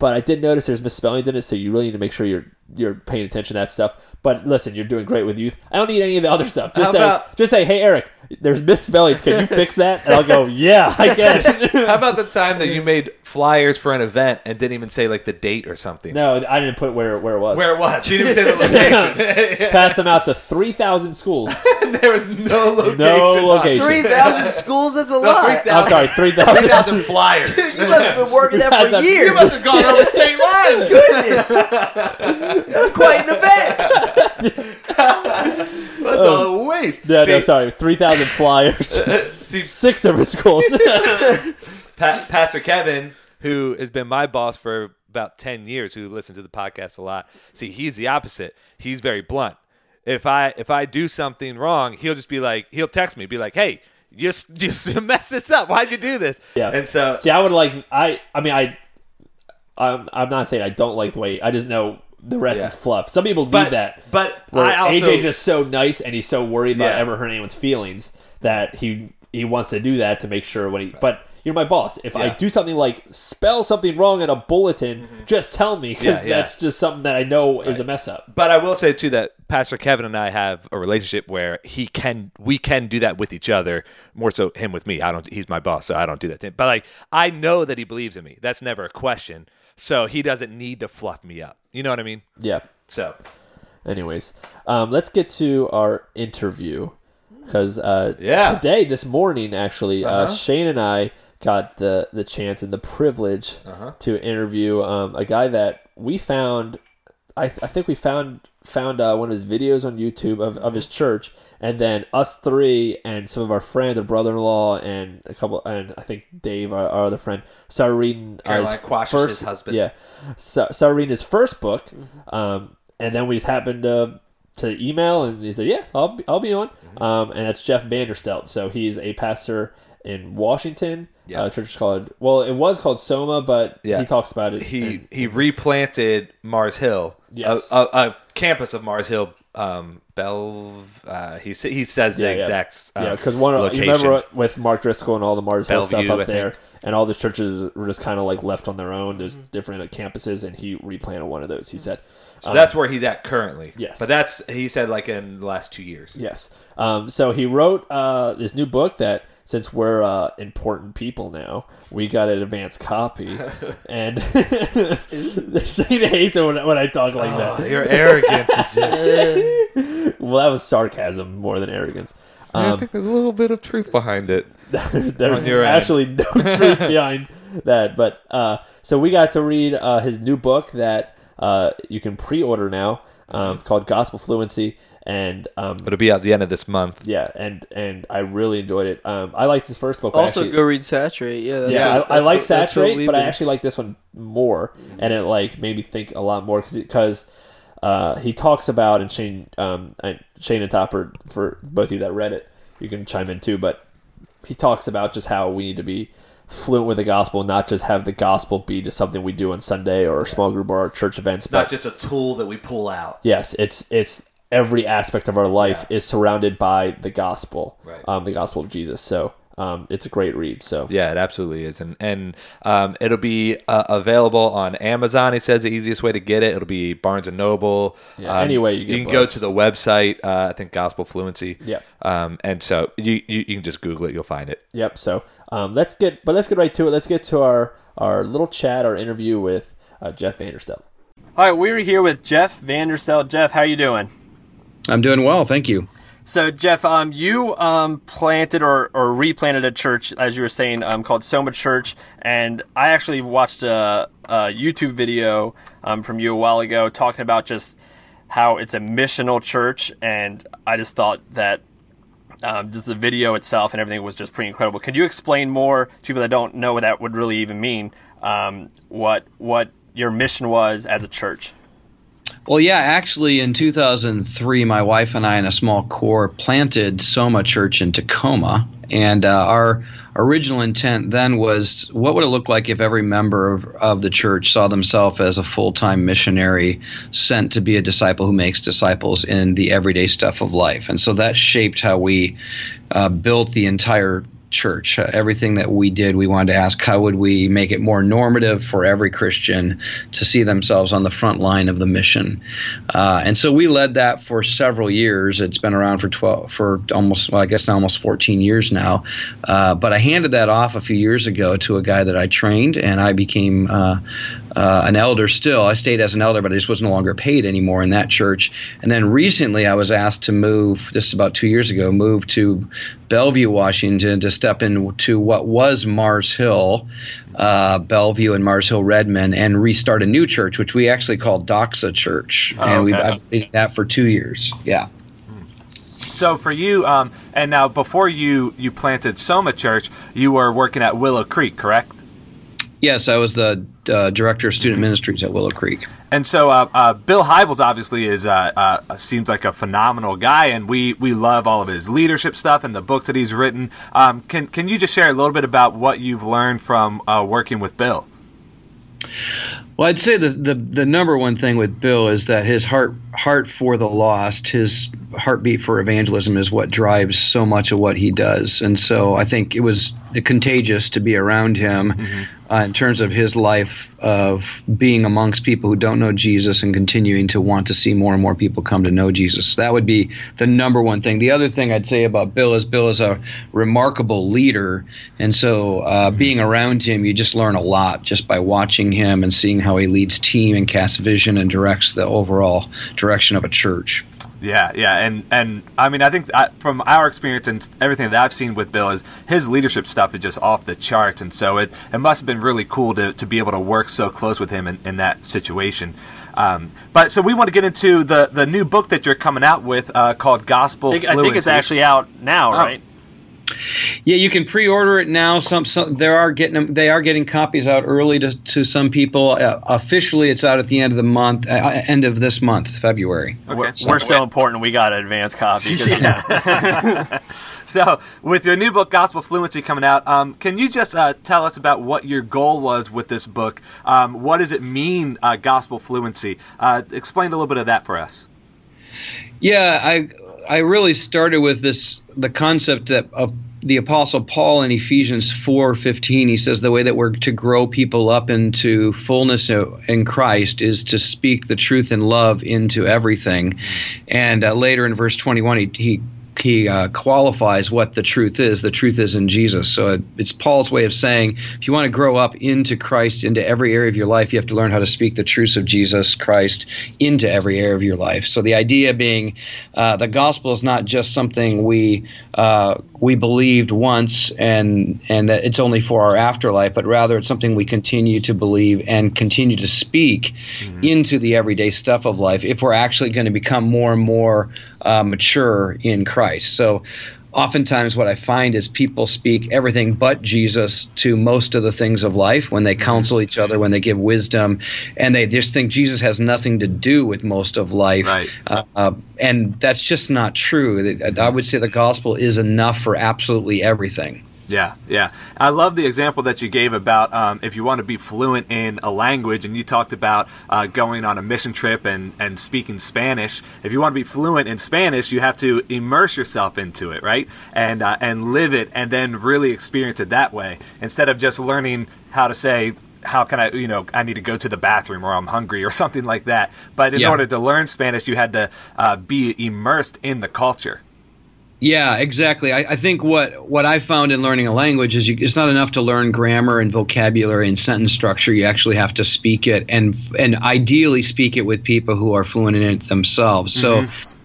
Speaker 2: but I did notice there's misspellings in it, so you really need to make sure you're you're paying attention to that stuff. But listen, you're doing great with youth. I don't need any of the other stuff. Just
Speaker 1: How
Speaker 2: say,
Speaker 1: about-
Speaker 2: just say, "Hey, Eric, there's misspelling. Can you fix that?" And I'll go, "Yeah, I can."
Speaker 1: How about the time that you made flyers for an event and didn't even say like the date or something?
Speaker 2: no, I didn't put where where it was.
Speaker 1: Where it was? You didn't say the location.
Speaker 2: Pass them out to three thousand schools.
Speaker 1: there was no location.
Speaker 2: No
Speaker 1: on-
Speaker 2: location.
Speaker 3: Three thousand schools is a lot.
Speaker 1: 3,000.
Speaker 2: I'm sorry, three thousand.
Speaker 1: 3,000 flyers.
Speaker 3: You must have been working that for
Speaker 2: That's a-
Speaker 3: years.
Speaker 1: You must have gone over state lines.
Speaker 3: Oh, goodness. That's quite an event.
Speaker 1: That's a waste.
Speaker 2: No, Oh. no,
Speaker 1: See,
Speaker 2: sorry, three thousand flyers.
Speaker 1: see,
Speaker 2: six different schools.
Speaker 1: Pa- Pastor Kevin who has been my boss for about 10 years, who listens to the podcast a lot. See, he's the opposite. He's very blunt. If I if I do something wrong, he'll just be like, he'll text me, be like, hey, you s- you s- messed this up. Why'd you do this?
Speaker 2: Yeah.
Speaker 1: And so
Speaker 2: See, I would like I. I mean, I. I'm, I'm not saying I don't like the way. I just know the rest
Speaker 1: Yeah.
Speaker 2: is fluff. Some people need
Speaker 1: but
Speaker 2: that.
Speaker 1: but
Speaker 2: Where
Speaker 1: I also
Speaker 2: AJ just so nice and he's so worried about
Speaker 1: Yeah.
Speaker 2: ever hurting anyone's feelings that he he wants to do that to make sure when he. But you're my boss. If I
Speaker 1: Yeah. Mm-hmm.
Speaker 2: do something like spell something wrong in a bulletin, just tell me
Speaker 1: Yeah,
Speaker 2: because
Speaker 1: yeah.
Speaker 2: that's just something that I know is a mess up.
Speaker 1: But I will say too that Pastor Kevin and I have a relationship where he can we can do that with each other more so him with me. I don't he's my boss, so I don't do that to him. But like I know that he believes in me. That's never a question. So he doesn't need to fluff me up. You know what I mean?
Speaker 2: Yeah.
Speaker 1: So
Speaker 2: Anyways, um, let's get to our interview because uh,
Speaker 1: Yeah. Uh-huh.
Speaker 2: today, this morning, actually, uh Shane and I got the the chance and the privilege
Speaker 1: Uh-huh.
Speaker 2: to interview um, a guy that we found. I, th- I think we found found uh, one of his videos on YouTube of, of his church, and then us three and some of our friends, a brother in law, and a couple, and I think Dave, our, our other friend, started reading uh, his
Speaker 1: Caroline Quash's
Speaker 2: first-
Speaker 1: husband.
Speaker 2: Yeah, so, started reading his first book,
Speaker 1: Mm-hmm.
Speaker 2: um, and then we just happened to to email, and he said, "Yeah, I'll be, I'll be on."
Speaker 1: Mm-hmm.
Speaker 2: Um, and that's Jeff Vanderstelt. So he's a pastor in Washington.
Speaker 1: Yeah.
Speaker 2: uh, church is called well, it was called Soma, but
Speaker 1: Yeah.
Speaker 2: he talks about it.
Speaker 1: he
Speaker 2: in-
Speaker 1: he replanted Mars Hill. a-
Speaker 2: Yes.
Speaker 1: A, a, campus of Mars Hill um Bell uh, he sa- he says the
Speaker 2: Yeah, yeah.
Speaker 1: exact uh,
Speaker 2: yeah, because one of, you
Speaker 1: location.
Speaker 2: remember with Mark Driscoll and all the Mars Hill stuff
Speaker 1: Bellevue, I
Speaker 2: up there, and all the churches were just kind of like left on their own. There's
Speaker 1: Mm-hmm.
Speaker 2: different campuses, and he replanted one of those. He said,
Speaker 1: So
Speaker 2: Um,
Speaker 1: that's where he's at currently.
Speaker 2: Yes.
Speaker 1: But that's he said like in the last two years.
Speaker 2: Yes. Um, so he wrote uh, this new book that, since we're uh, important people now, we got an advance copy. and Shane hates it when, when I talk like
Speaker 1: Oh,
Speaker 2: that.
Speaker 1: your arrogance is just
Speaker 2: Well, that was sarcasm more than arrogance.
Speaker 1: Yeah, I
Speaker 2: Um,
Speaker 1: think there's a little bit of truth behind it.
Speaker 2: there's
Speaker 1: On your end.
Speaker 2: actually no truth behind that. But uh, so we got to read uh, his new book that uh, you can pre-order now, um,
Speaker 1: Mm-hmm.
Speaker 2: called Gospel Fluency, and um,
Speaker 1: It'll be out the end of this month.
Speaker 2: yeah, and and I really enjoyed it. Um, I liked his first book. I
Speaker 3: Also,
Speaker 2: actually-
Speaker 3: go read Saturate. Yeah, that's
Speaker 2: yeah,
Speaker 3: what-
Speaker 2: I, I
Speaker 3: that's
Speaker 2: like
Speaker 3: what- that's what
Speaker 2: saturate,
Speaker 3: we've
Speaker 2: but I
Speaker 3: been-
Speaker 2: actually like this one more, and it like made me think a lot more because because uh, he talks about and Shane um, I, Shane and Topper for both of you that read it, you can chime in too. But he talks about just how we need to be fluent with the gospel, not just have the gospel be just something we do on Sunday or a small group or our church events,
Speaker 1: Not
Speaker 2: but
Speaker 1: just a tool that we pull out.
Speaker 2: Yes, it's it's every aspect of our life is surrounded by the gospel,
Speaker 1: Right.
Speaker 2: um, the gospel of Jesus. So um, it's a great read. So
Speaker 1: Yeah, it absolutely is, and and um, it'll be uh, available on Amazon. He says the easiest way to get it. It'll be Barnes and Noble. Um,
Speaker 2: Yeah, any way you get
Speaker 1: can go
Speaker 2: books.
Speaker 1: to the website. Uh, I think Gospel Fluency.
Speaker 2: Yeah.
Speaker 1: Um, and so you, you you can just Google it. You'll find it.
Speaker 2: yep. So um, let's get but let's get right to it. Let's get to our our little chat, our interview with uh, Jeff Vanderstel. All right, we're here with Jeff Vanderstel. Jeff, how you doing?
Speaker 4: I'm doing well, thank you.
Speaker 2: So Jeff, um, you um, planted or, or replanted a church, as you were saying, um, called Soma Church, and I actually watched a, a YouTube video um, from you a while ago talking about just how it's a missional church, and I just thought that um, just the video itself and everything was just pretty incredible. Could you explain more to people that don't know what that would really even mean? Um, what what your mission was as a church?
Speaker 4: Well, yeah, actually, in 2003, my wife and I, in a small core, planted Soma Church in Tacoma, and uh, our original intent then was what would it look like if every member of, of the church saw themselves as a full-time missionary sent to be a disciple who makes disciples in the everyday stuff of life, and so that shaped how we uh, built the entire church. Uh, everything that we did, we wanted to ask how would we make it more normative for every Christian to see themselves on the front line of the mission. Uh, and so we led that for several years. It's been around for 12, for almost, well, I guess now almost 14 years now. Uh, but I handed that off a few years ago to a guy that I trained, and I became uh, uh, an elder still. I stayed as an elder, but I just was no longer paid anymore in that church. And then recently I was asked to move, just about two years ago, move to Bellevue, Washington, to step into what was Mars Hill, uh, Bellevue and Mars Hill Redmond, and restart a new church, which we actually call Doxa Church, and we've
Speaker 5: okay.
Speaker 4: I've been at that for two years. Yeah.
Speaker 5: So for you, um, and now before you you planted Soma Church, you were working at Willow Creek, correct?
Speaker 4: Yes, I was the uh, director of student ministries at Willow Creek.
Speaker 1: And so uh, uh, Bill Hybels obviously is uh, uh, seems like a phenomenal guy, and we, we love all of his leadership stuff and the books that he's written. Um, can can you just share a little bit about what you've learned from uh, working with Bill?
Speaker 4: Well, I'd say the, the the number one thing with Bill is that his heart heart for the lost, his heartbeat for evangelism is what drives so much of what he does. And so I think it was contagious to be around him uh, in terms of his life of being amongst people who don't know Jesus and continuing to want to see more and more people come to know Jesus. That would be the number one thing. The other thing I'd say about Bill is Bill is a remarkable leader, and so uh, being around him, you just learn a lot just by watching him and seeing how he leads team and casts vision and directs the overall direction of a church.
Speaker 1: Yeah, yeah, and and I mean, I think I, from our experience and everything that I've seen with Bill is his leadership stuff is just off the charts, and so it it must have been really cool to, to be able to work so close with him in, in that situation. Um, but so we want to get into the the new book that you're coming out with uh, called Gospel.
Speaker 2: I think, I think it's
Speaker 1: Fluency.
Speaker 2: actually out
Speaker 5: Oh,
Speaker 2: now, right?
Speaker 4: Yeah, you can pre-order it now. Some, some there are getting them, they are getting copies out early to, to some people. Uh, officially, it's out at the end of the month, uh, uh, end of this month, February.
Speaker 1: Okay.
Speaker 2: We're so important. We got an advance copy. 'cause-
Speaker 1: So, with your new book, Gospel Fluency, coming out, um, can you just uh, tell us about what your goal was with this book? Um, what does it mean, uh, Gospel Fluency? Uh, explain a little bit of that for us.
Speaker 4: Yeah, I I really started with this the concept that of the apostle Paul in Ephesians 4:15 he says the way that we're to grow people up into fullness o- in Christ is to speak the truth in love into everything. And uh, later in verse 21 he, he he uh, qualifies what the truth is. The truth is in Jesus. So it, it's Paul's way of saying if you want to grow up into Christ, into every area of your life, you have to learn how to speak the truths of Jesus Christ into every area of your life. So the idea being uh, the gospel is not just something we uh, we believed once and and that it's only for our afterlife, but rather it's something we continue to believe and continue to speak into the everyday stuff of life if we're actually going to become more and more uh, mature in Christ. So oftentimes what I find is people speak everything but Jesus to most of the things of life when they counsel each other, when they give wisdom, and they just think Jesus has nothing to do with most of life.
Speaker 1: Right.
Speaker 4: Uh, uh, and that's just not true. I would say the gospel is enough for absolutely everything.
Speaker 1: Yeah, yeah. I love the example that you gave about um, if you want to be fluent in a language, and you talked about uh, going on a mission trip and, and speaking Spanish. If you want to be fluent in Spanish, you have to immerse yourself into it, right? And uh, and live it, and then really experience it that way instead of just learning how to say. How can I, you know, I need to go to the bathroom or I'm hungry or something like that. But in
Speaker 4: Yeah.
Speaker 1: order to learn Spanish, you had to uh, be immersed in the culture.
Speaker 4: Yeah, exactly. I, I think what, what I found in learning a language is you, it's not enough to learn grammar and vocabulary and sentence structure. You actually have to speak it and and ideally speak it with people who are fluent in it themselves. So.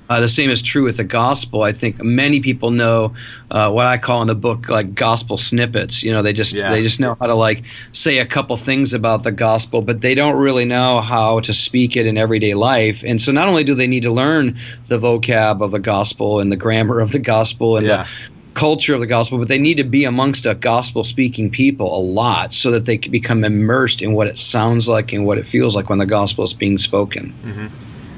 Speaker 4: Uh, the same is true with the gospel. I think many people know uh, what I call in the book like gospel snippets. You know, they just
Speaker 1: Yeah.
Speaker 4: they just know how to like say a couple things about the gospel, but they don't really know how to speak it in everyday life. And so, not only do they need to learn the vocab of the gospel and the grammar of the gospel and
Speaker 1: Yeah.
Speaker 4: the culture of the gospel, but they need to be amongst a gospel speaking people a lot so that they can become immersed in what it sounds like and what it feels like when the gospel is being spoken.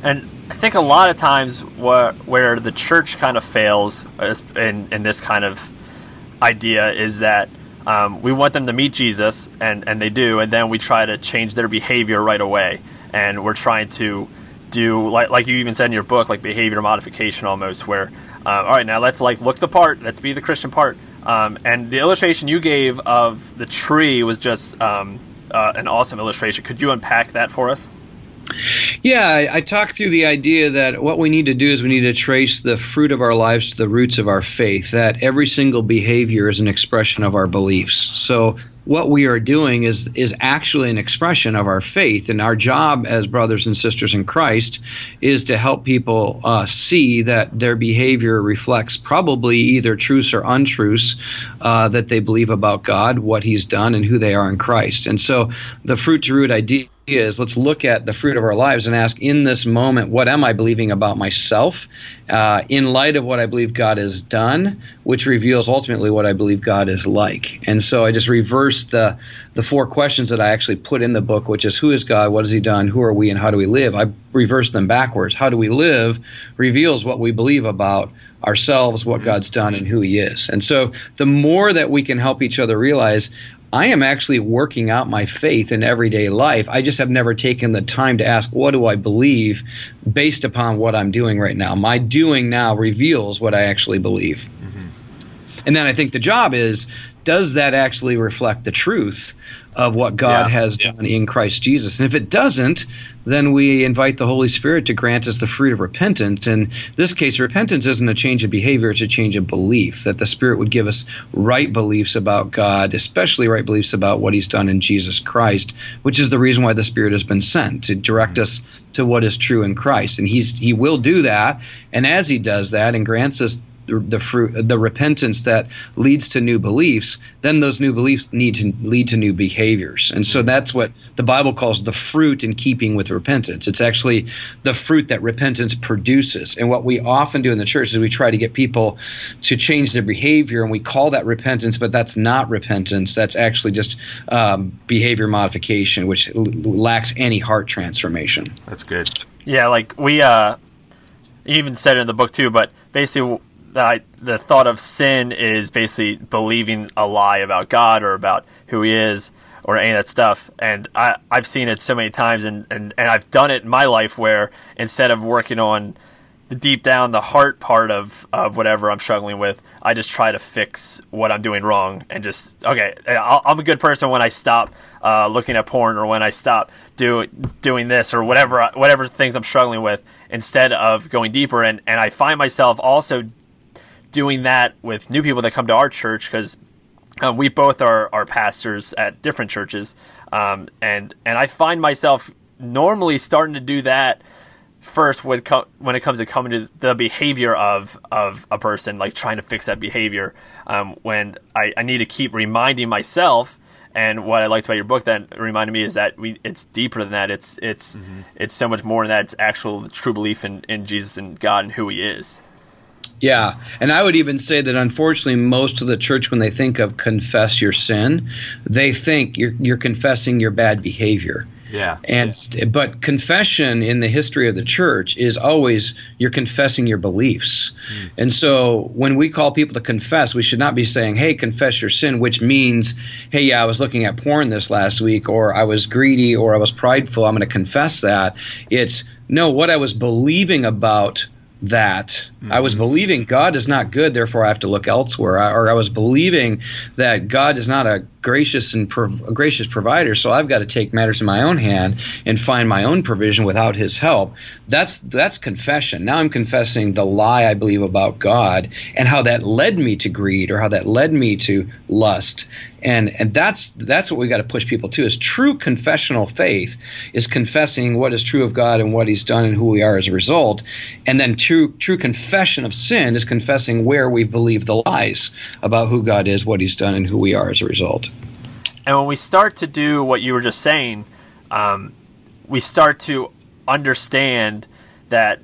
Speaker 2: And I think a lot of times where, where the church kind of fails is- in, in this kind of idea is that um, we want them to meet Jesus, and, and they do, and then we try to change their behavior right away. And we're trying to do, like, like you even said in your book, like behavior modification almost, where, uh, all right, now let's like look the part, let's be the Christian part. Um, and the illustration you gave of the tree was just um, uh, an awesome illustration. Could you unpack that for us?
Speaker 4: Yeah, I, I talk through the idea that what we need to do is we need to trace the fruit of our lives to the roots of our faith, that every single behavior is an expression of our beliefs. So what we are doing is is actually an expression of our faith, and our job as brothers and sisters in Christ is to help people uh, see that their behavior reflects probably either truths or untruths uh, that they believe about God, what He's done, and who they are in Christ. And so the fruit to root idea is let's look at the fruit of our lives and ask in this moment what am i believing about myself uh, in light of what i believe god has done which reveals ultimately what i believe god is like and so i just reverse the the four questions that I actually put in the book, which is who is God, what has He done, who are we, and how do we live. I reversed them backwards. How do we live reveals what we believe about ourselves, what God's done, and who He is. And so the more that we can help each other realize, I am actually working out my faith in everyday life. I just have never taken the time to ask, what do I believe based upon what I'm doing right now? My doing now reveals what I actually believe. And then I think the job is does that actually reflect the truth of what God
Speaker 1: Yeah.
Speaker 4: has done in Christ Jesus? And if it doesn't, then we invite the Holy Spirit to grant us the fruit of repentance. In this case, repentance isn't a change of behavior, it's a change of belief, that the Spirit would give us right beliefs about God, especially right beliefs about what He's done in Jesus Christ, which is the reason why the Spirit has been sent to direct us to what is true in Christ. And He's He will do that. And as He does that and grants us the fruit the repentance that leads to new beliefs then those new beliefs need to lead to new behaviors and so that's what the bible calls the fruit in keeping with repentance it's actually the fruit that repentance produces and what we often do in the church is we try to get people to change their behavior and we call that repentance but that's not repentance that's actually just um, behavior modification which l- lacks any heart transformation
Speaker 1: That's good.
Speaker 2: Yeah, like we uh, you even said it in the book too, but basically, I, the thought of sin is basically believing a lie about God or about who He is or any of that stuff. And I I've seen it so many times, and and, and I've done it in my life where instead of working on the deep down the heart part of, of whatever I'm struggling with, I just try to fix what I'm doing wrong and just okay. I'll, I'm a good person when I stop uh, looking at porn or when I stop do, doing this or whatever I- whatever things I'm struggling with instead of going deeper and and I find myself also doing that with new people that come to our church because um, we both are, are pastors at different churches, um, and and I find myself normally starting to do that first when co- when it comes to coming to the behavior of of a person, like trying to fix that behavior. Um, when I, I need to keep reminding myself, and what I liked about your book that reminded me is that we it's deeper than that. It's it's it's so much more than that. It's actual true belief in, in Jesus and God and who He is.
Speaker 4: Yeah, and I would even say that unfortunately, most of the church, when they think of confess your sin, they think you're you're confessing your bad behavior.
Speaker 1: Yeah.
Speaker 4: And st- but confession in the history of the church is always you're confessing your beliefs. And so when we call people to confess, we should not be saying, "Hey, confess your sin," which means, "Hey, yeah, I was looking at porn this last week or I was greedy or I was prideful. I'm going to confess that." It's no, what I was believing about that I was believing God is not good, therefore I have to look elsewhere, I, or I was believing that God is not a gracious and prov- a gracious provider, so I've got to take matters in my own hand and find my own provision without His help. That's that's confession. Now I'm confessing the lie I believe about God and how that led me to greed or how that led me to lust, and and that's that's what we got to push people to is true confessional faith is confessing what is true of God and what He's done and who we are as a result, and then true true confession of sin is confessing where we believe the lies about who God is, what He's done, and who we are as a result.
Speaker 2: And when we start to do what you were just saying, um, we start to understand that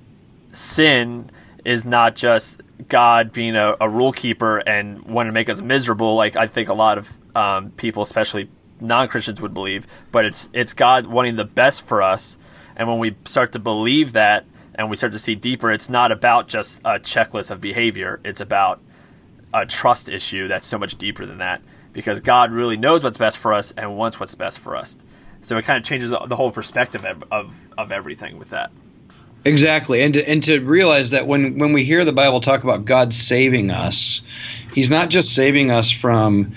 Speaker 2: sin is not just God being a, a rule keeper and wanting to make us miserable, like I think a lot of um, people, especially non Christians, would believe. But it's it's God wanting the best for us, and when we start to believe that and we start to see deeper, it's not about just a checklist of behavior. It's about a trust issue that's so much deeper than that because God really knows what's best for us and wants what's best for us. So it kind of changes the whole perspective of, of, of everything with that.
Speaker 4: Exactly, and to, and to realize that when when we hear the Bible talk about God saving us, He's not just saving us from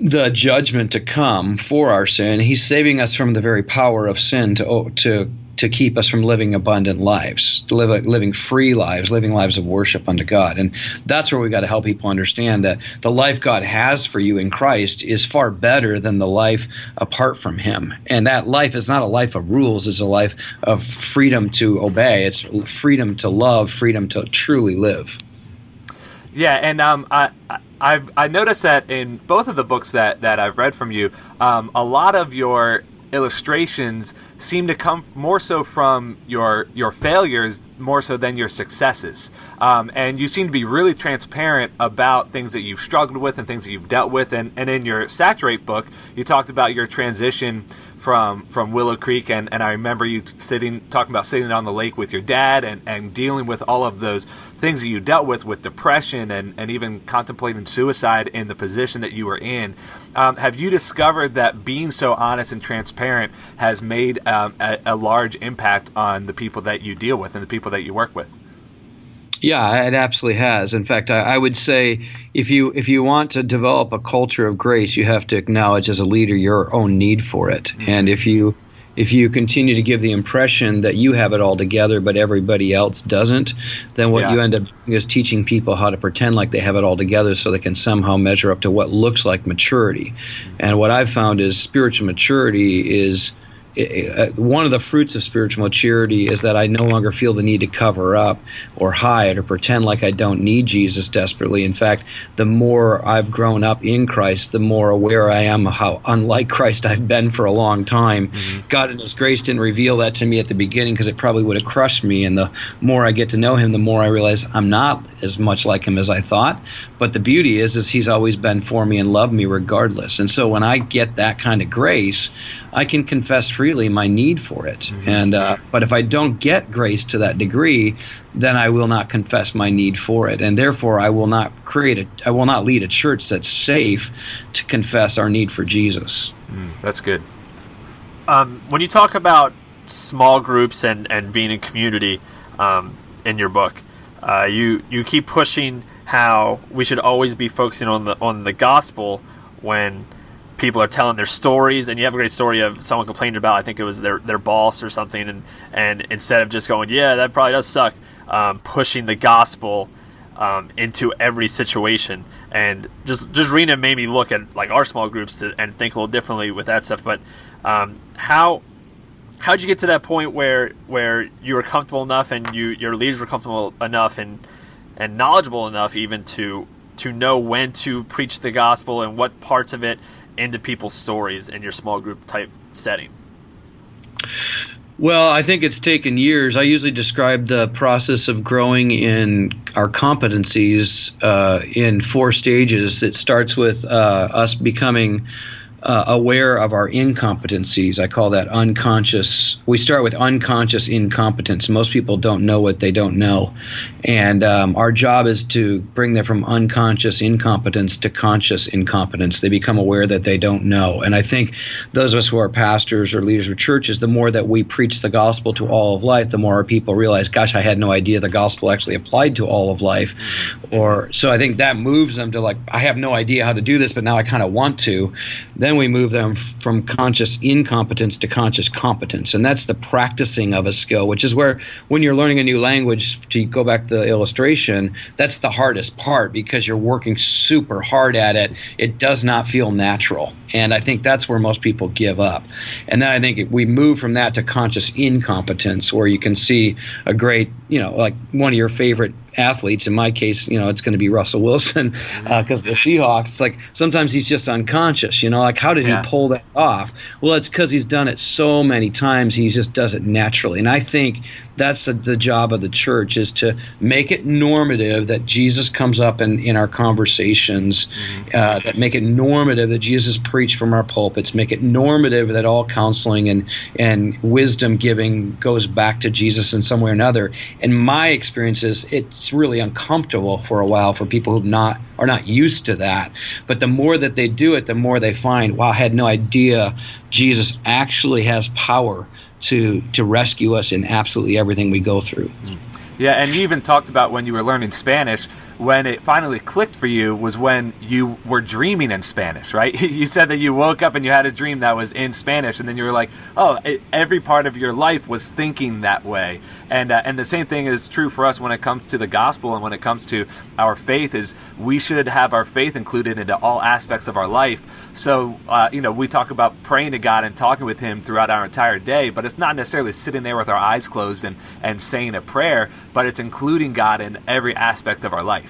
Speaker 4: the judgment to come for our sin. He's saving us from the very power of sin to oh, to to keep us from living abundant lives, to live living free lives, living lives of worship unto God. And that's where we got to help people understand that the life God has for you in Christ is far better than the life apart from Him. And that life is not a life of rules; it's a life of freedom to obey. It's freedom to love, freedom to truly live.
Speaker 1: Yeah, and um, I, I I've- I noticed that in both of the books that that I've read from you, um, a lot of your illustrations seem to come more so from your your failures more so than your successes. Um, and you seem to be really transparent about things that you've struggled with and things that you've dealt with. And, and in your Saturate book, you talked about your transition from from Willow Creek, and, and I remember you t- sitting talking about sitting on the lake with your dad and, and dealing with all of those things that you dealt with with depression and, and even contemplating suicide in the position that you were in. Um, have you discovered that being so honest and transparent has made um, a, a large impact on the people that you deal with and the people that you work with?
Speaker 4: Yeah, it absolutely has. In fact, I, I would say if you if you want to develop a culture of grace, you have to acknowledge as a leader your own need for it. And if you if you continue to give the impression that you have it all together but everybody else doesn't, then what
Speaker 1: Yeah.
Speaker 4: you end up doing is teaching people how to pretend like they have it all together so they can somehow measure up to what looks like maturity. And what I've found is spiritual maturity is uh, one of the fruits of spiritual maturity is that I no longer feel the need to cover up or hide or pretend like I don't need Jesus desperately. In fact, the more I've grown up in Christ, the more aware I am of how unlike Christ I've been for a long time. God in His grace didn't reveal that to me at the beginning because it probably would have crushed me. And the more I get to know Him, the more I realize I'm not as much like Him as I thought. But the beauty is, is He's always been for me and loved me regardless. And so when I get that kind of grace, I can confess freely my need for it. And uh, but if I don't get grace to that degree, then I will not confess my need for it, and therefore I will not create a. I will not lead a church that's safe to confess our need for Jesus.
Speaker 1: That's good.
Speaker 2: um, when you talk about small groups and, and being in community um, in your book, uh, you you keep pushing how we should always be focusing on the on the gospel when people are telling their stories and you have a great story of someone complaining about I think it was their, their boss or something and and instead of just going yeah that probably does suck um, pushing the gospel um, into every situation and just just Rena made me look at like our small groups to, and think a little differently with that stuff but um, how how'd you get to that point where where you were comfortable enough and you your leaders were comfortable enough and and knowledgeable enough even to to know when to preach the gospel and what parts of it into people's stories in your small group type setting
Speaker 4: Well, I think it's taken years. I usually describe the process of growing in our competencies uh, in four stages. It starts with uh, us becoming uh, aware of our incompetencies. I call that unconscious. We start with unconscious incompetence. Most people don't know what they don't know. And um, our job is to bring them from unconscious incompetence to conscious incompetence. They become aware that they don't know. And I think those of us who are pastors or leaders of churches, the more that we preach the gospel to all of life, the more our people realize, gosh, I had no idea the gospel actually applied to all of life. Or so I think that moves them to like, I have no idea how to do this, but now I kind of want to. Then we move them f- from conscious incompetence to conscious competence. And that's the practicing of a skill, which is where when you're learning a new language, to go back to the illustration, that's the hardest part because you're working super hard at it. It does not feel natural. And I think that's where most people give up. And then I think it- we move from that to conscious incompetence, where you can see a great, you know, like one of your favorite athletes. In my case, you know, it's going to be Russell Wilson because the Seahawks. It's like sometimes he's just unconscious. You know, like how did
Speaker 1: Yeah.
Speaker 4: he pull that off? Well, it's because he's done it so many times. He just does it naturally. And I think that's the, the job of the church is to make it normative that Jesus comes up in, in our conversations, uh, that make it normative that Jesus preached from our pulpits, make it normative that all counseling and, and wisdom giving goes back to Jesus in some way or another. And my experience is it's really uncomfortable for a while for people who not are not used to that. But the more that they do it, the more they find, wow, I had no idea Jesus actually has power to to rescue us in absolutely everything we go through.
Speaker 1: Yeah, and you even talked about when you were learning Spanish, when it finally clicked for you was when you were dreaming in Spanish, right? You said that you woke up and you had a dream that was in Spanish, and then you were like, "Oh, it, every part of your life was thinking that way." And uh, and the same thing is true for us when it comes to the gospel and when it comes to our faith is we should have our faith included into all aspects of our life. So uh, you know, we talk about praying to God and talking with Him throughout our entire day, but it's not necessarily sitting there with our eyes closed and and saying a prayer, but it's including God in every aspect of our life.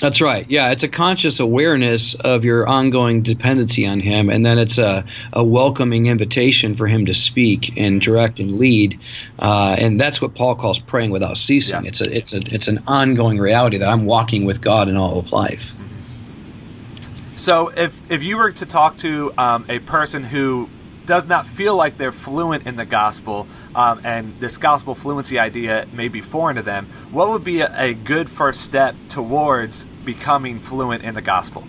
Speaker 4: That's right. Yeah, it's a conscious awareness of your ongoing dependency on him, and then it's a, a welcoming invitation for him to speak and direct and lead, uh, and that's what Paul calls praying without ceasing.
Speaker 1: Yeah.
Speaker 4: It's a it's a it's an ongoing reality that I'm walking with God in all of life.
Speaker 1: So if if you were to talk to um, a person who does not feel like they're fluent in the gospel, um, and this gospel fluency idea may be foreign to them, what would be a, a good first step towards becoming fluent in the gospel?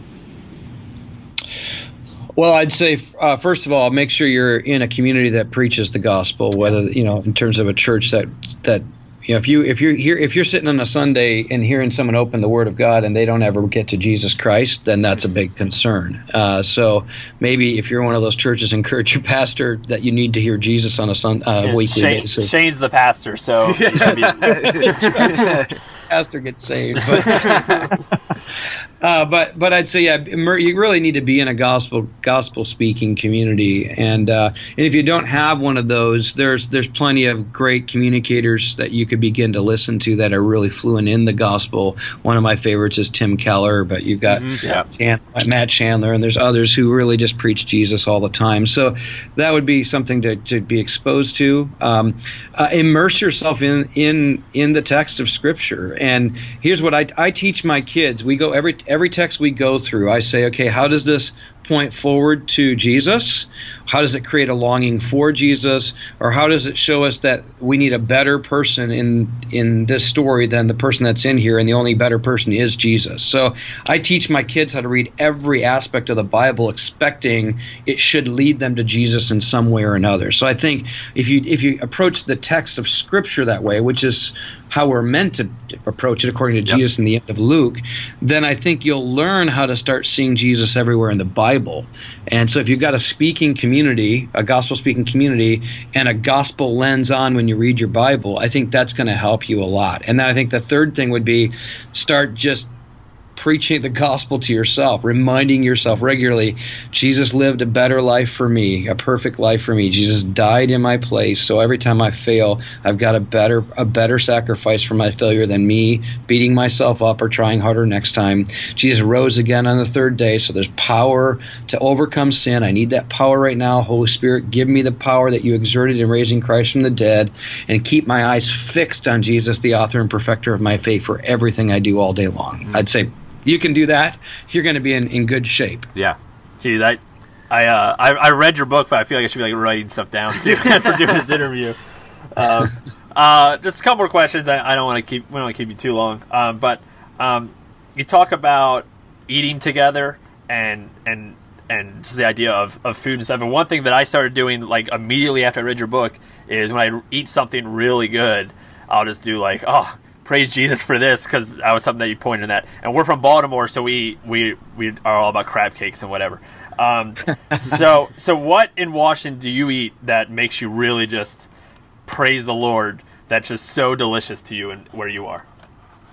Speaker 4: Well, I'd say uh, first of all, make sure you're in a community that preaches the gospel. Whether you know, in terms of a church that that you know, if you if you're here if you're sitting on a Sunday and hearing someone open the Word of God and they don't ever get to Jesus Christ, then that's a big concern. Uh, so maybe if you're one of those churches, encourage your pastor that you need to hear Jesus on a sun, uh,
Speaker 2: And
Speaker 4: weekly
Speaker 2: Shane-
Speaker 4: basis.
Speaker 2: Shane's the pastor, so you should be-
Speaker 4: pastor gets saved. But, uh, but but I'd say yeah, immer- you really need to be in a gospel gospel speaking community, and uh, and if you don't have one of those, there's there's plenty of great communicators that you could begin to listen to that are really fluent in the gospel. One of my favorites is Tim Keller, but you've got
Speaker 1: Yeah.
Speaker 4: Chan- Matt Chandler, and there's others who really just preach Jesus all the time. So that would be something to, to be exposed to. Um, uh, immerse yourself in in in the text of Scripture. And here's what I, I teach my kids: we go every every text we go through. I say, okay, how does this point forward to Jesus? How does it create a longing for Jesus, or how does it show us that we need a better person in in this story than the person that's in here, and the only better person is Jesus? So I teach my kids how to read every aspect of the Bible, expecting it should lead them to Jesus in some way or another. So I think if you if you approach the text of Scripture that way, which is how we're meant to approach it according to Jesus in the end of Luke, then I think you'll learn how to start seeing Jesus everywhere in the Bible. And so if you've got a speaking community, a gospel speaking community, and a gospel lens on when you read your Bible, I think that's going to help you a lot. And then I think the third thing would be start just preaching the gospel to yourself, reminding yourself regularly, Jesus lived a better life for me, a perfect life for me. Jesus died in my place, so every time I fail, I've got a better a better sacrifice for my failure than me beating myself up or trying harder next time. Jesus rose again on the third day, so there's power to overcome sin. I need that power right now. Holy Spirit, give me the power that you exerted in raising Christ from the dead and keep my eyes fixed on Jesus, the author and perfecter of my faith for everything I do all day long. I'd say you can do that, you're going to be in, in good shape.
Speaker 1: Yeah.
Speaker 2: Jeez, I, I, uh, I, I read your book, but I feel like I should be like writing stuff down too as we're doing this interview. Um, uh, just a couple more questions. I, I don't want to keep. We don't want to keep you too long. Um, but um, you talk about eating together and and and just the idea of, of food and stuff. And one thing that I started doing like immediately after I read your book is when I eat something really good, I'll just do like, oh, praise Jesus for this because that was something that you pointed at. And we're from Baltimore, so we we we are all about crab cakes and whatever. Um, so so what in Washington do you eat that makes you really just praise the Lord that's just so delicious to you and where you are?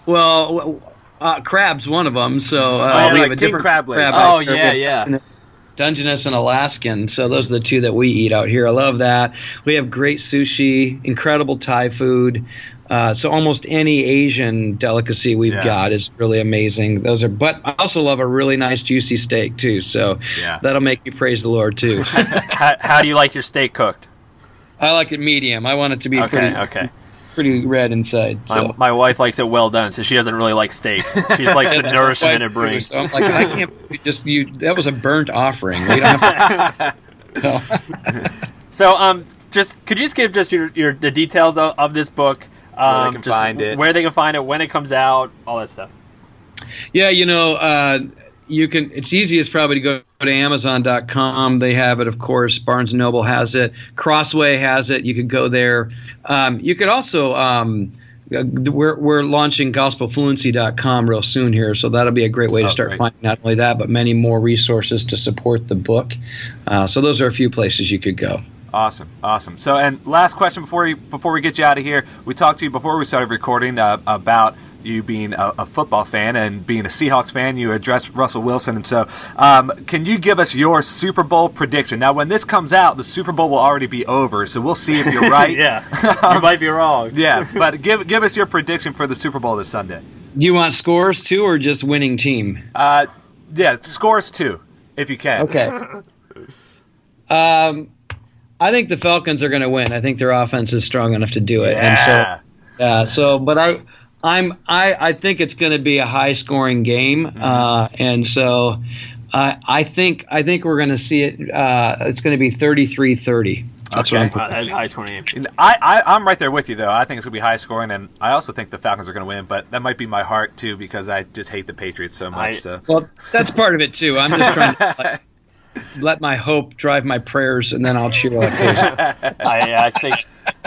Speaker 4: Well, w- uh, crab's one of them. So uh,
Speaker 1: yeah,
Speaker 4: we
Speaker 1: like
Speaker 4: have a
Speaker 1: king
Speaker 4: different
Speaker 1: crab legs.
Speaker 4: crab.
Speaker 2: Oh,
Speaker 4: We have
Speaker 2: yeah, yeah.
Speaker 4: Dungeness, Dungeness and Alaskan. So those are the two that we eat out here. I love that. We have great sushi, incredible Thai food. Uh, so almost any Asian delicacy we've
Speaker 1: Yeah.
Speaker 4: got is really amazing. Those are, but I also love a really nice juicy steak too. So
Speaker 1: Yeah.
Speaker 4: that'll make you praise the Lord too.
Speaker 2: How, how do you like your steak cooked?
Speaker 4: I like it medium. I want it to be
Speaker 2: Okay,
Speaker 4: pretty,
Speaker 2: okay.
Speaker 4: pretty red inside. So.
Speaker 2: My, my wife likes it well done, so she doesn't really like steak. She just likes the nourishment it brings.
Speaker 4: So I'm like, I can't believe just you. That was a burnt offering. We don't have
Speaker 2: So, um, just could you just give just your, your the details of, of this book? Um,
Speaker 1: can
Speaker 2: just
Speaker 1: find it.
Speaker 2: where they can find it, when it comes out, all that stuff.
Speaker 4: yeah, you know, uh, you can. It's easiest probably to go to Amazon.com. They have it, of course. Barnes and Noble has it. Crossway has it. You could go there. Um, you could also. Um, uh, we're, we're launching gospelfluency.com real soon here, so that'll be a great way to
Speaker 1: Oh,
Speaker 4: start
Speaker 1: great.
Speaker 4: finding not only that, but many more resources to support the book. Uh, so, those are a few places you could go.
Speaker 1: Awesome, awesome. So, and last question before we before we get you out of here, we talked to you before we started recording uh, about you being a, a football fan and being a Seahawks fan. You addressed Russell Wilson, and so um, can you give us your Super Bowl prediction? Now, when this comes out, the Super Bowl will already be over, so we'll see if you're right.
Speaker 2: Yeah, you might be wrong.
Speaker 1: yeah. But give give us your prediction for the Super Bowl this Sunday.
Speaker 4: You want scores too, or just winning team?
Speaker 5: Uh, yeah, scores two if you can.
Speaker 4: Okay. um, I think the Falcons are going to win. I think their offense is strong enough to do it,
Speaker 5: Yeah.
Speaker 4: and so yeah. So, but I, I'm I I think it's going to be a high scoring game, uh, and so. I I think I think we're going to see it. Uh, it's going to be 33-30. That's
Speaker 5: Okay.
Speaker 4: what I'm
Speaker 6: Uh, that's high twenty eight.
Speaker 5: And I, I, I'm right there with you, though. I think it's going to be high scoring, and I also think the Falcons are going to win, but that might be my heart, too, because I just hate the Patriots so much.
Speaker 6: I-
Speaker 5: so.
Speaker 4: Well, that's part of it too. I'm just trying to like, let my hope drive my prayers, and then I'll cheer like this.
Speaker 6: I, I think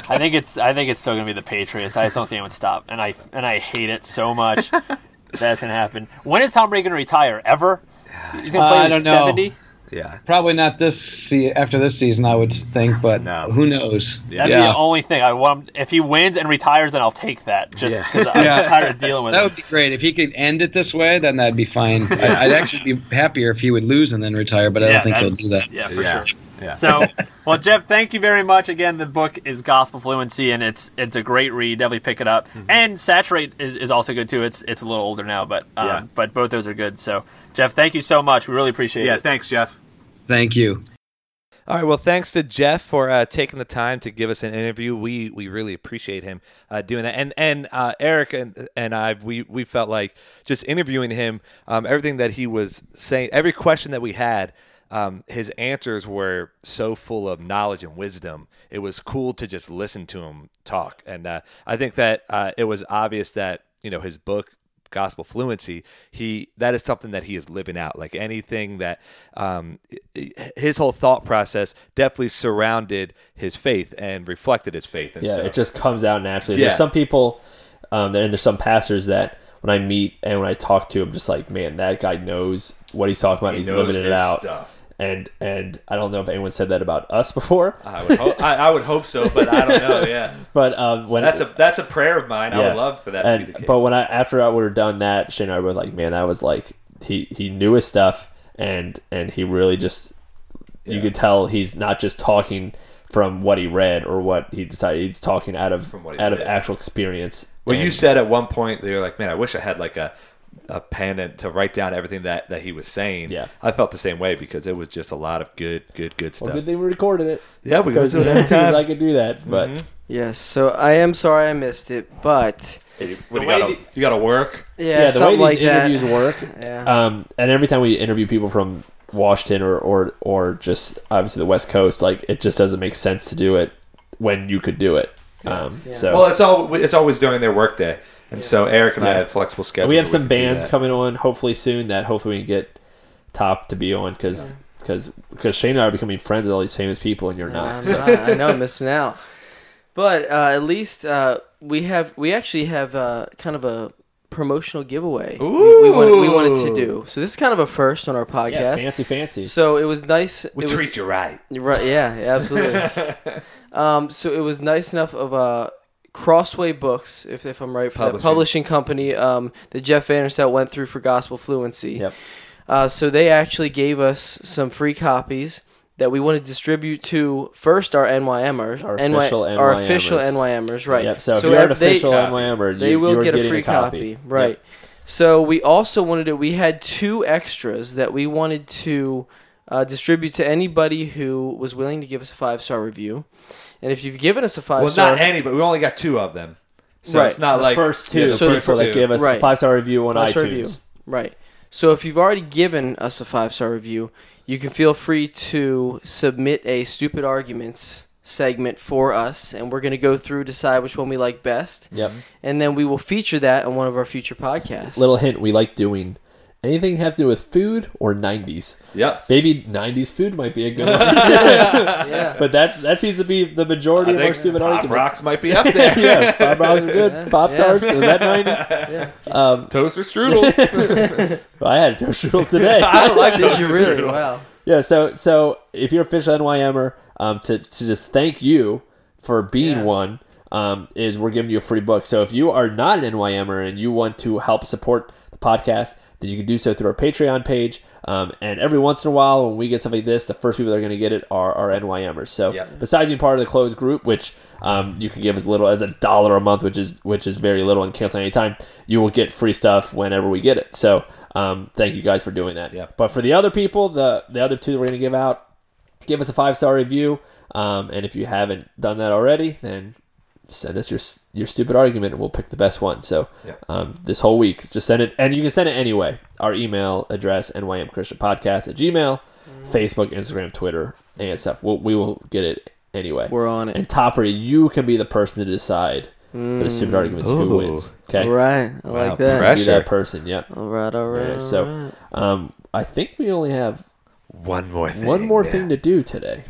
Speaker 6: I think it's I think it's still gonna be the Patriots. I just don't see anyone stop, and I and I hate it so much that's gonna happen. When is Tom Brady gonna retire? Ever? He's gonna play
Speaker 4: Uh, I
Speaker 6: to
Speaker 4: don't know.
Speaker 6: seventy.
Speaker 5: Yeah.
Speaker 4: Probably not this se- after this season, I would think, but
Speaker 5: No.
Speaker 4: who knows?
Speaker 5: Yeah.
Speaker 6: That'd be the only thing I want. Him, if he wins and retires, then I'll take that. Just
Speaker 5: Yeah.
Speaker 6: because I'm tired of dealing with
Speaker 4: that
Speaker 6: it.
Speaker 4: would be great if he could end it this way. Then that'd be fine. I, I'd actually be happier if he would lose and then retire, but I
Speaker 6: Yeah,
Speaker 4: don't think
Speaker 6: that-
Speaker 4: he'll do that.
Speaker 6: Yeah, for
Speaker 5: Yeah.
Speaker 6: sure.
Speaker 5: Yeah.
Speaker 6: So, well, Jeff, thank you very much again. The book is Gospel Fluency, and it's it's a great read. Definitely pick it up. And Saturate is, is also good too. It's it's a little older now, but um,
Speaker 5: Yeah.
Speaker 6: but both those are good. So, Jeff, thank you so much. We really appreciate
Speaker 5: yeah,
Speaker 6: it.
Speaker 5: thanks, Jeff.
Speaker 4: Thank you.
Speaker 1: All right. Well, thanks to Jeff for uh, taking the time to give us an interview. We we really appreciate him uh, doing that. And and uh, Eric and and I we we felt like just interviewing him, um, everything that he was saying, every question that we had. Um, his answers were so full of knowledge and wisdom. It was cool to just listen to him talk, and uh, I think that uh, it was obvious that you know his book gospel fluency he that is something that he is living out like anything that um i- i- his whole thought process definitely surrounded his faith and reflected his faith and
Speaker 2: Yeah,
Speaker 1: so,
Speaker 2: it just comes out naturally.
Speaker 1: Yeah.
Speaker 2: There's some people, um, and there's some pastors that when I meet and when I talk to, I'm just like, man, that guy knows what he's talking about.
Speaker 1: He
Speaker 2: he's
Speaker 1: knows
Speaker 2: living it
Speaker 1: his
Speaker 2: out.
Speaker 1: stuff.
Speaker 2: And and I don't know if anyone said that about us before,
Speaker 1: I, would ho- I, I would hope so but i don't know yeah
Speaker 2: but um, when
Speaker 1: that's a that's a prayer of mine i
Speaker 2: yeah.
Speaker 1: would love for that to
Speaker 2: And-
Speaker 1: be the case
Speaker 2: But when I after I were done that, Shane and I were like, man, that was like he he knew his stuff, and and he really just you could tell he's not just talking from what he read or what he decided he's talking out of
Speaker 1: From what he
Speaker 2: out of
Speaker 1: read.
Speaker 2: actual experience.
Speaker 1: well you
Speaker 2: And-
Speaker 1: said at one point that you're like man i wish i had like a a pen and to write down everything that that he was saying
Speaker 2: Yeah.
Speaker 1: i felt the same way because it was just a lot of good good good stuff
Speaker 2: Well, good thing we recorded it.
Speaker 1: yeah we go
Speaker 2: Because
Speaker 1: do it every time
Speaker 2: I could do that, but
Speaker 1: Mm-hmm.
Speaker 3: Yes, so I am sorry I missed it, but
Speaker 1: It's- what,
Speaker 6: the
Speaker 1: you,
Speaker 6: way
Speaker 1: gotta,
Speaker 6: the-
Speaker 1: you gotta work
Speaker 3: yeah,
Speaker 2: yeah, the way
Speaker 3: something
Speaker 2: these
Speaker 3: like that.
Speaker 2: interviews work,
Speaker 3: yeah.
Speaker 2: um, and every time we interview people from Washington or, or or just obviously the West Coast, like it just doesn't make sense to do it when you could do it. Um,
Speaker 3: Yeah.
Speaker 2: So
Speaker 1: Well, it's all it's always during their workday, and so Eric and I
Speaker 2: Yeah.
Speaker 1: have flexible schedules.
Speaker 2: we have some bands
Speaker 1: coming.
Speaker 2: coming on hopefully soon that hopefully we can get Top to be on because because Shane and I are becoming friends with all these famous people, and you're
Speaker 3: I'm
Speaker 2: not. So
Speaker 3: not. I know I'm missing out. But uh, at least uh, we have we actually have uh, kind of a promotional giveaway we, we, wanted, we wanted to
Speaker 1: Ooh.
Speaker 3: do. So this is kind of a first on our
Speaker 2: yeah,
Speaker 3: podcast.
Speaker 2: fancy, fancy.
Speaker 3: so it was nice.
Speaker 1: We
Speaker 3: it was,
Speaker 1: treat you right.
Speaker 3: Right. Yeah. yeah, Absolutely. um, so it was nice enough of uh, Crossway Books, if, if I'm right, for that
Speaker 1: Publishing.
Speaker 3: publishing company um, that Jeff Vanderstel went through for Gospel Fluency.
Speaker 2: Yep.
Speaker 3: Uh, so they actually gave us some free copies that we want to distribute to first our NYMers,
Speaker 2: Our
Speaker 3: NY
Speaker 2: official
Speaker 3: our official
Speaker 2: NYMers.
Speaker 3: NYMers, right?
Speaker 2: Yep. So, if you're an
Speaker 3: if they-
Speaker 2: official NYM, or you,
Speaker 3: they will
Speaker 2: you're
Speaker 3: get a
Speaker 2: getting
Speaker 3: free copy,
Speaker 2: Yep.
Speaker 3: right? So we also wanted to. We had two extras that we wanted to uh, distribute to anybody who was willing to give us a five star review. And if you've given us a five
Speaker 1: Well,
Speaker 3: star,
Speaker 1: not any, but we only got two of them, so
Speaker 3: Right.
Speaker 1: it's not
Speaker 2: the
Speaker 1: like
Speaker 2: first two
Speaker 1: Yeah,
Speaker 2: people
Speaker 1: so the first
Speaker 2: that
Speaker 1: two.
Speaker 2: give us
Speaker 3: Right.
Speaker 2: a five star review on
Speaker 3: five-star
Speaker 2: iTunes.
Speaker 3: review. Right. So if you've already given us a five star review, you can feel free to submit a stupid arguments segment for us, and we're going to go through decide which one we like best,
Speaker 2: Yep.
Speaker 3: and then we will feature that on one of our future podcasts.
Speaker 2: Little hint: we like doing anything have to do with food or '90s.
Speaker 1: Yep.
Speaker 2: Maybe '90s food might be a good one,
Speaker 3: Yeah.
Speaker 2: but that's that seems to be the majority
Speaker 1: I
Speaker 2: of our
Speaker 1: think
Speaker 2: stupid
Speaker 1: Pop
Speaker 2: argument.
Speaker 1: Rocks might be up there.
Speaker 2: yeah, pop rocks are good.
Speaker 3: Yeah.
Speaker 2: Pop tarts is that '90s?
Speaker 1: Toaster strudel.
Speaker 2: I had a toast strudel today.
Speaker 1: I like
Speaker 3: Did you
Speaker 1: toaster
Speaker 3: really?
Speaker 1: strudel.
Speaker 3: Wow.
Speaker 2: Yeah, so so if you're official NYMer, um, to, to just thank you for being
Speaker 3: Yeah.
Speaker 2: one, um, is we're giving you a free book. So if you are not an NYMer and you want to help support the podcast, then you can do so through our Patreon page. Um, and every once in a while, when we get something like this, the first people that are going to get it are our NYMers. So
Speaker 5: Yep.
Speaker 2: besides being part of the closed group, which um, you can give as little as a dollar a month, which is which is very little and cancel any time, you will get free stuff whenever we get it. So um, thank you guys for doing that.
Speaker 5: Yep.
Speaker 2: But for the other people, the the other two that we're going to give out, give us a five star review. Um, and if you haven't done that already, then send us your your stupid argument, and we'll pick the best one. So
Speaker 5: Yeah.
Speaker 2: um, this whole week, just send it, and you can send it anyway. Our email address: nymchristianpodcast at gmail,
Speaker 3: Mm.
Speaker 2: Facebook, Instagram, Twitter, and stuff. We'll, we will get it anyway.
Speaker 3: We're on it.
Speaker 2: and topper, you can be the person to decide for the stupid arguments who
Speaker 5: Ooh.
Speaker 2: wins. Okay,
Speaker 3: All Mm. right. I like that.
Speaker 2: be
Speaker 5: right. Pressure.
Speaker 2: that person. Yep.
Speaker 3: All right. All right.
Speaker 2: Yeah,
Speaker 3: all right.
Speaker 2: so um, I think we only have
Speaker 7: One more thing.
Speaker 2: one more thing to do today.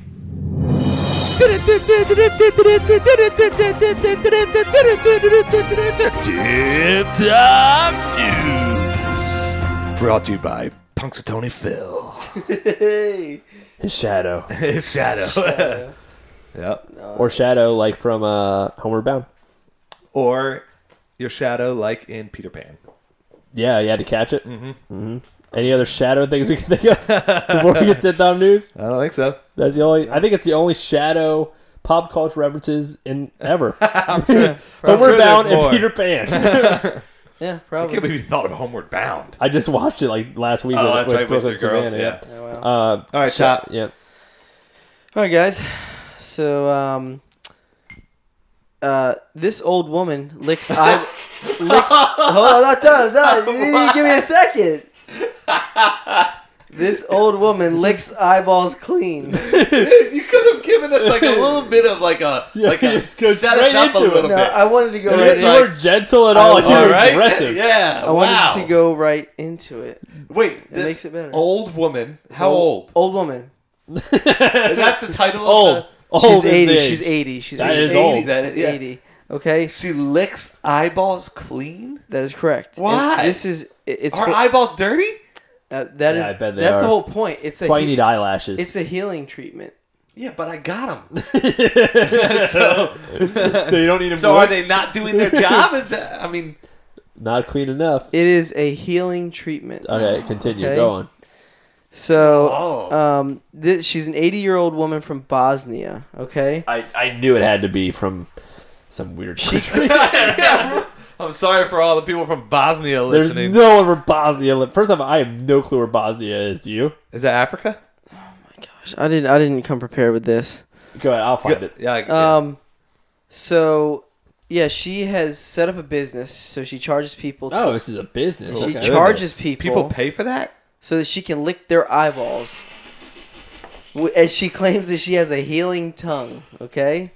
Speaker 7: Brought to you by Punxsutawney Phil.
Speaker 2: His shadow,
Speaker 7: Shadow.
Speaker 5: Yep.
Speaker 2: or shadow like from uh, Homeward Bound.
Speaker 5: Or your shadow, like in Peter Pan.
Speaker 2: Yeah, you had to catch it. Mm-hmm. Any other shadow things we can think of before we get to dumb news?
Speaker 5: I don't think so.
Speaker 2: That's the only. I think it's the only shadow pop culture references in ever. Homeward
Speaker 5: sure
Speaker 2: Bound
Speaker 5: there's
Speaker 2: and
Speaker 5: more.
Speaker 2: Peter Pan.
Speaker 3: yeah,
Speaker 7: I can't
Speaker 3: probably.
Speaker 7: believe you thought of Homeward Bound.
Speaker 2: I just watched it like last week
Speaker 7: Oh,
Speaker 2: with,
Speaker 7: that's
Speaker 2: with
Speaker 7: right, with
Speaker 2: Brooklyn
Speaker 7: the girls,
Speaker 2: Savannah.
Speaker 7: yeah.
Speaker 2: Yeah.
Speaker 3: Oh, wow.
Speaker 2: Uh,
Speaker 5: All right,
Speaker 2: sha-
Speaker 5: Chop.
Speaker 2: Yeah.
Speaker 3: All right, guys. So, um, uh, this old woman licks eye. licks. Hold on, I'm not done. I'm done. You didn't even give me a second. this old woman licks eyeballs clean.
Speaker 5: You could have given us like a little bit of like a
Speaker 2: Yeah,
Speaker 5: like
Speaker 2: you
Speaker 5: a
Speaker 2: just go
Speaker 5: set us
Speaker 2: straight
Speaker 5: up a
Speaker 2: into it.
Speaker 5: little
Speaker 3: No,
Speaker 5: bit.
Speaker 3: I wanted to go
Speaker 2: You,
Speaker 3: right.
Speaker 2: you
Speaker 5: like-
Speaker 2: weren't gentle at
Speaker 5: I
Speaker 2: all.
Speaker 5: was
Speaker 2: you were
Speaker 5: like,
Speaker 2: aggressive.
Speaker 5: Yeah.
Speaker 3: I wanted
Speaker 5: wow.
Speaker 3: to go right into it.
Speaker 5: Wait. This
Speaker 3: makes it better.
Speaker 5: Old woman. How old?
Speaker 3: Old woman.
Speaker 5: That's the title. Of
Speaker 2: Old. Old.
Speaker 3: She's
Speaker 2: is the
Speaker 3: 80.
Speaker 2: age.
Speaker 3: She's 80. She's
Speaker 2: That
Speaker 3: 80.
Speaker 2: is
Speaker 3: 80.
Speaker 2: old.
Speaker 5: That is- yeah.
Speaker 3: 80. Okay,
Speaker 5: the, she licks eyeballs clean.
Speaker 3: that is correct. And
Speaker 5: Why?
Speaker 3: This is it- it's
Speaker 5: Are
Speaker 3: for-
Speaker 5: eyeballs dirty?
Speaker 3: uh, that
Speaker 2: Yeah,
Speaker 3: is-
Speaker 2: I bet they
Speaker 3: that's the
Speaker 2: are.
Speaker 3: whole point. It's a
Speaker 2: That's why you
Speaker 3: he-
Speaker 2: need eyelashes.
Speaker 3: it's a healing treatment.
Speaker 5: Yeah, but I got them.
Speaker 2: so, so you don't need them.
Speaker 5: So are they not doing their job? Is that, I mean,
Speaker 2: not clean enough?
Speaker 3: It is a healing treatment.
Speaker 2: Okay, continue.
Speaker 3: Okay.
Speaker 2: Go on.
Speaker 3: So,
Speaker 5: Oh.
Speaker 2: Uh,
Speaker 3: um, thi- she's an 80 year old woman from Bosnia. Okay,
Speaker 2: I, I knew it had to be from some weird country.
Speaker 5: yeah, I'm sorry for all the people from Bosnia
Speaker 2: There's
Speaker 5: listening.
Speaker 2: no one from Bosnia. li- First off, I have no clue where Bosnia is. Do you?
Speaker 5: Is that Africa?
Speaker 3: Oh Gosh, I didn't I didn't come prepared with this.
Speaker 2: Go ahead. I'll find it. Uh,
Speaker 5: Yeah. I- yeah.
Speaker 3: Um, so yeah, she has set up a business. So she charges people. To,
Speaker 2: Oh, this is a business.
Speaker 3: she
Speaker 2: Okay.
Speaker 3: charges
Speaker 5: people
Speaker 3: people,
Speaker 5: pay for that.
Speaker 3: so that she can lick their eyeballs. W- As she claims that she has a healing tongue. Okay.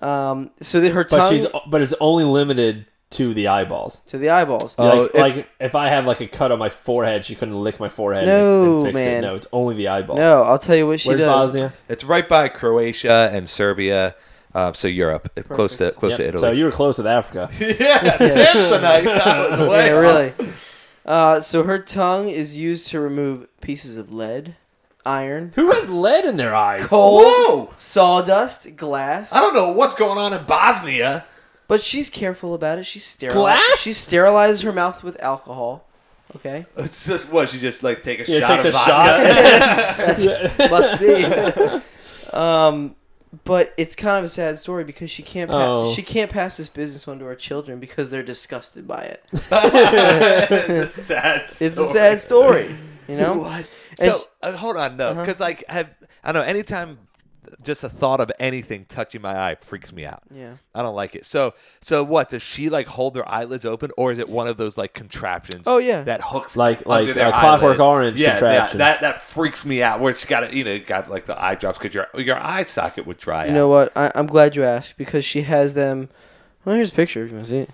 Speaker 3: Um, so that her
Speaker 2: but
Speaker 3: tongue
Speaker 2: she's but it's only limited to the eyeballs.
Speaker 3: to the eyeballs.
Speaker 5: Oh,
Speaker 2: like,
Speaker 5: it's-
Speaker 2: like if I have like a cut on my forehead, she couldn't lick my forehead.
Speaker 3: No,
Speaker 2: and, and fix
Speaker 3: man.
Speaker 2: It. No, it's only the eyeball.
Speaker 3: no, I'll tell you what she
Speaker 2: Where's
Speaker 3: does.
Speaker 2: Bosnia?
Speaker 5: It's right by Croatia and Serbia, um, so Europe, It's close to close to
Speaker 2: Yep.
Speaker 5: Italy.
Speaker 2: So you were close with Africa.
Speaker 5: yeah, Samsonite. I was way
Speaker 3: Yeah,
Speaker 5: off.
Speaker 3: really. Uh, so her tongue is used to remove pieces of lead, iron,
Speaker 2: Who has lead in their eyes?
Speaker 5: Oh, Whoa!
Speaker 3: sawdust, glass.
Speaker 5: I don't know what's going on in Bosnia.
Speaker 3: But she's careful about it. She's sterile.
Speaker 2: Glass?
Speaker 3: She sterilizes her mouth with alcohol. Okay,
Speaker 5: It's just what she just like take a
Speaker 2: Yeah, it
Speaker 5: shot.
Speaker 2: takes
Speaker 5: of
Speaker 2: a
Speaker 5: vodka.
Speaker 2: shot.
Speaker 3: that's must be. um, but it's kind of a sad story because she can't pa-
Speaker 2: Oh.
Speaker 3: she can't pass this business on to our children because they're disgusted by it.
Speaker 5: it's a sad. Story.
Speaker 3: It's a sad story, you know.
Speaker 5: What?
Speaker 3: And
Speaker 5: So
Speaker 3: she-
Speaker 5: uh, hold on, no, because like have, I don't know anytime just a thought of anything touching my eye freaks me out.
Speaker 3: Yeah.
Speaker 5: I don't like it. So so what does she like hold their eyelids open or is it one of those like contraptions?
Speaker 3: Oh, yeah.
Speaker 5: that hooks
Speaker 2: Like-
Speaker 5: under
Speaker 2: like,
Speaker 5: their
Speaker 2: uh, Clockwork
Speaker 5: eyelids?
Speaker 2: Orange
Speaker 5: yeah,
Speaker 2: contraption.
Speaker 5: That, that that freaks me out. Where it's got to you know got like the eye drops because your your eye socket would dry
Speaker 3: You
Speaker 5: out.
Speaker 3: know what? I, I'm glad you asked because she has them. Well, here's a picture if you want to see it.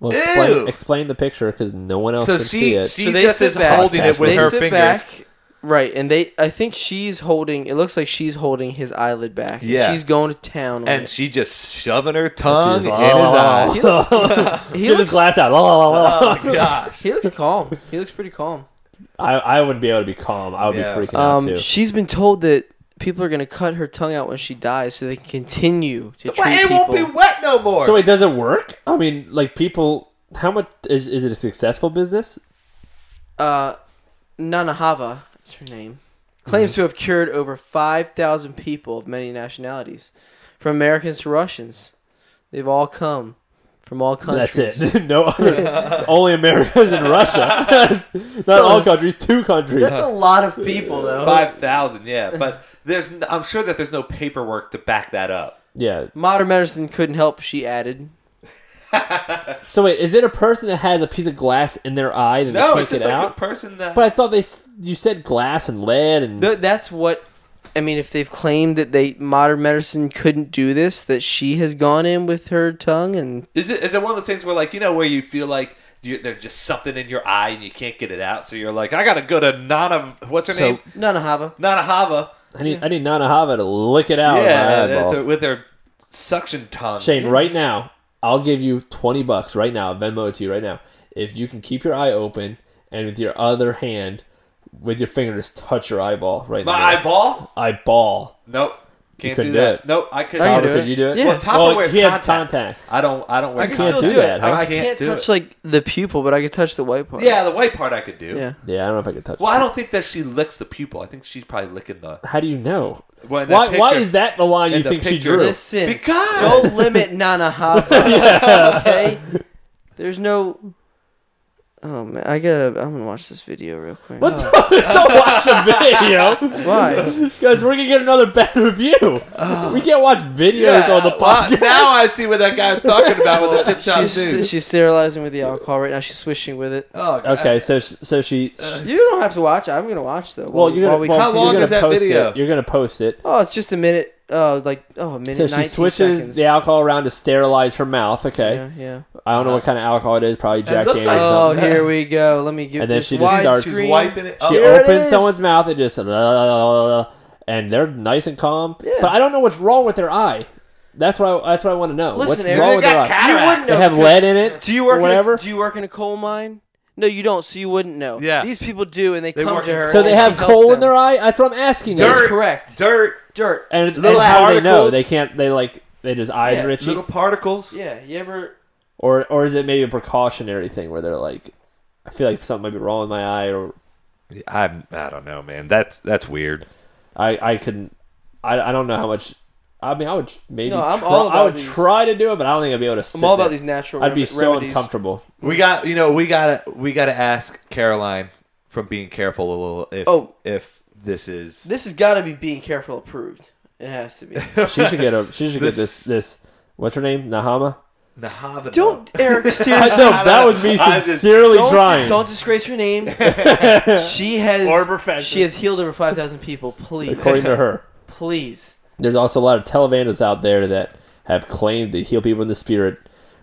Speaker 2: well, explain,
Speaker 5: Ew.
Speaker 2: explain the picture because no one else
Speaker 5: so
Speaker 2: can
Speaker 5: she
Speaker 2: see it.
Speaker 5: she
Speaker 3: So they
Speaker 5: just
Speaker 3: sit
Speaker 5: is
Speaker 3: back.
Speaker 5: holding it with
Speaker 3: they
Speaker 5: her
Speaker 3: sit
Speaker 5: fingers.
Speaker 3: back, right? And they, I think she's holding. It looks like she's holding his eyelid back. and
Speaker 5: Yeah.
Speaker 3: she's going to town. On
Speaker 5: And
Speaker 3: it.
Speaker 5: she just shoving her
Speaker 2: She's
Speaker 5: tongue in
Speaker 2: like,
Speaker 5: his
Speaker 2: "La, la, la,
Speaker 5: eye.
Speaker 2: la, la."
Speaker 3: he
Speaker 2: Get his
Speaker 3: looks-
Speaker 2: glass out. La, la, la, la.
Speaker 5: Oh my gosh!
Speaker 3: he looks calm. He looks pretty calm.
Speaker 2: I, I wouldn't be able to be calm. I would
Speaker 5: Yeah.
Speaker 2: be freaking out
Speaker 3: Um,
Speaker 2: too.
Speaker 3: she's been told that people are going to cut her tongue out when she dies, so they can continue to treat
Speaker 5: Well, it
Speaker 3: people.
Speaker 5: won't be wet no more.
Speaker 2: so it doesn't work. I mean, like people How much is, is it a successful business?
Speaker 3: Uh, Nanahava is her name. Claims
Speaker 2: Mm-hmm.
Speaker 3: to have cured over 5,000 people of many nationalities, from Americans to Russians. They've all come from all countries.
Speaker 2: That's it. no, other, only Americans and Russia. Not all countries, two countries.
Speaker 3: That's a lot of people, though.
Speaker 5: Five thousand, yeah. But there's, n- I'm sure that there's no paperwork to back that up.
Speaker 2: yeah.
Speaker 3: Modern medicine couldn't help, she added.
Speaker 2: So wait, is it a person that has a piece of glass in their eye that
Speaker 5: No,
Speaker 2: they
Speaker 5: it's
Speaker 2: can't get
Speaker 5: just like a
Speaker 2: out?
Speaker 5: person that.
Speaker 2: but I thought they s- you said glass and lead and
Speaker 3: Th- that's what I mean. If they've claimed that they modern medicine couldn't do this, that she has gone in with her tongue and
Speaker 5: Is it is it one of those things where like you know where you feel like you, there's just something in your eye and you can't get it out, so you're like, I gotta go to Nana. What's her
Speaker 2: So-
Speaker 5: name?
Speaker 3: Nanahava.
Speaker 5: Nana Hava.
Speaker 2: I need I need Nana Hava to lick it out.
Speaker 5: yeah,
Speaker 2: Yeah,
Speaker 5: that's her- with her suction tongue.
Speaker 2: Shane, right now, I'll give you twenty bucks right now. Venmo it to you right now if you can keep your eye open and with your other hand, with your fingers, touch your eyeball right
Speaker 5: My
Speaker 2: now.
Speaker 5: eyeball?
Speaker 2: eyeball.
Speaker 5: Nope. Can't do
Speaker 2: couldn't do
Speaker 5: that.
Speaker 2: it.
Speaker 5: Nope, I couldn't.
Speaker 3: I can
Speaker 2: Thomas,
Speaker 3: do it.
Speaker 2: could you do it?
Speaker 3: Yeah.
Speaker 5: Well, Tupperware's
Speaker 2: he has
Speaker 5: contact.
Speaker 2: contact.
Speaker 5: I don't. I don't wear.
Speaker 3: I can
Speaker 2: can't
Speaker 3: still
Speaker 2: do
Speaker 3: do,
Speaker 2: that,
Speaker 3: it.
Speaker 2: huh?
Speaker 3: I, I
Speaker 5: Can't
Speaker 3: can't,
Speaker 5: do
Speaker 3: touch
Speaker 5: it.
Speaker 3: like the pupil, but I can touch the white part.
Speaker 5: Yeah, the white part I could do.
Speaker 3: yeah.
Speaker 2: Yeah, I don't know if I could touch.
Speaker 5: Well, I don't think that she licks the pupil. I think she's probably licking the.
Speaker 2: How do you know?
Speaker 5: Well, in that
Speaker 2: Why, why
Speaker 5: picture-
Speaker 2: is that the line
Speaker 5: in
Speaker 2: you
Speaker 5: the
Speaker 2: think she
Speaker 5: picture,
Speaker 2: drew?
Speaker 3: Listen,
Speaker 5: Because-
Speaker 3: don't limit Nanahava. Okay, there's no. Oh man, I gotta. I'm gonna watch this video real quick.
Speaker 2: What the- don't watch a video,
Speaker 3: Why?
Speaker 2: guys. We're gonna get another bad review. we can't watch videos
Speaker 5: Oh. Yeah,
Speaker 2: on the
Speaker 5: well,
Speaker 2: podcast.
Speaker 5: now I see what that guy was talking about with the tip top dude.
Speaker 3: She's, she's sterilizing with the alcohol right now. She's swishing with it.
Speaker 5: oh, God.
Speaker 2: Okay, so so she.
Speaker 5: Uh,
Speaker 3: You don't have to watch. it. I'm gonna watch though.
Speaker 2: well,
Speaker 3: while-
Speaker 2: you're
Speaker 3: while
Speaker 2: gonna.
Speaker 3: we
Speaker 2: well,
Speaker 5: How
Speaker 2: you're
Speaker 5: long
Speaker 2: gonna
Speaker 5: is that
Speaker 2: post
Speaker 5: video?
Speaker 2: It. You're gonna post it.
Speaker 3: Oh, it's just a minute. Oh, like oh, a minute.
Speaker 2: So she
Speaker 3: 19
Speaker 2: switches
Speaker 3: seconds.
Speaker 2: the alcohol around to sterilize her mouth. Okay,
Speaker 3: Yeah, Uh-huh. yeah.
Speaker 2: I don't know what kind of alcohol it is. Probably Jack
Speaker 5: looks
Speaker 2: Daniel's.
Speaker 5: like-
Speaker 2: or
Speaker 3: Oh,
Speaker 2: something.
Speaker 5: something.
Speaker 3: here we go. Let me give.
Speaker 2: And then
Speaker 3: this
Speaker 2: she just
Speaker 3: wide
Speaker 2: starts-
Speaker 5: She's
Speaker 3: screen.
Speaker 5: wiping it up.
Speaker 2: she
Speaker 3: Oh, Here it
Speaker 2: opens
Speaker 3: is.
Speaker 2: someone's mouth and just, and they're nice and calm.
Speaker 3: Yeah.
Speaker 2: But I don't know what's wrong with their eye. That's what I, that's what I want to know.
Speaker 3: Listen,
Speaker 2: what's
Speaker 3: Eric,
Speaker 2: wrong
Speaker 3: they
Speaker 2: with their
Speaker 5: got
Speaker 2: eye?
Speaker 5: cat-
Speaker 3: You wouldn't know.
Speaker 2: They have
Speaker 3: because-
Speaker 2: lead in it.
Speaker 3: Do you work?
Speaker 2: Or
Speaker 3: whatever.
Speaker 2: whatever.
Speaker 3: do you work in a coal mine? No, you don't. So you wouldn't know.
Speaker 5: Yeah.
Speaker 3: These people do, and they,
Speaker 5: They
Speaker 3: come
Speaker 5: work
Speaker 3: to
Speaker 5: in
Speaker 3: her.
Speaker 2: so they
Speaker 3: and
Speaker 2: have
Speaker 3: she helps
Speaker 2: coal in
Speaker 3: them.
Speaker 2: their eye. That's what I'm asking.
Speaker 3: That's
Speaker 2: Is,
Speaker 5: Dirt.
Speaker 3: correct.
Speaker 5: Dirt,
Speaker 3: Dirt.
Speaker 2: and and
Speaker 5: Little
Speaker 2: how do they know?
Speaker 5: particles.
Speaker 2: They can't. They like they just eyes
Speaker 3: Yeah,
Speaker 2: are itchy,
Speaker 5: little particles.
Speaker 3: Yeah. You ever?
Speaker 2: or or is it maybe a precautionary thing where they're like, I feel like something might be wrong with my eye, or
Speaker 5: I'm. I don't know, man. That's that's weird.
Speaker 2: I I couldn't. I, I don't know how much. I mean, I would maybe.
Speaker 3: No, I'm
Speaker 2: try,
Speaker 3: all
Speaker 2: I
Speaker 3: about
Speaker 2: would
Speaker 3: these.
Speaker 2: try to do it, but I don't think I'd be able to. Sit
Speaker 3: I'm all about
Speaker 2: there.
Speaker 3: these natural.
Speaker 2: I'd be
Speaker 3: rem-
Speaker 2: so
Speaker 3: remedies.
Speaker 2: uncomfortable.
Speaker 5: We got you know we gotta we gotta ask Caroline from being careful a little if
Speaker 3: Oh.
Speaker 5: if this is
Speaker 3: This has got to be being careful approved. It has to be.
Speaker 2: She should get a. She should get this.
Speaker 5: This-
Speaker 2: This. What's her name? Nahama.
Speaker 5: Nahavana.
Speaker 3: Don't, Eric.
Speaker 2: I
Speaker 3: Seriously.
Speaker 2: know that was me
Speaker 5: I just-
Speaker 2: sincerely
Speaker 3: don't,
Speaker 2: trying.
Speaker 3: Don't disgrace her name. she has
Speaker 2: Or perfection.
Speaker 3: she has healed over five thousand people. Please,
Speaker 2: According to her,
Speaker 3: please.
Speaker 2: there's also a lot of televangelists out there that have claimed to heal people in the spirit,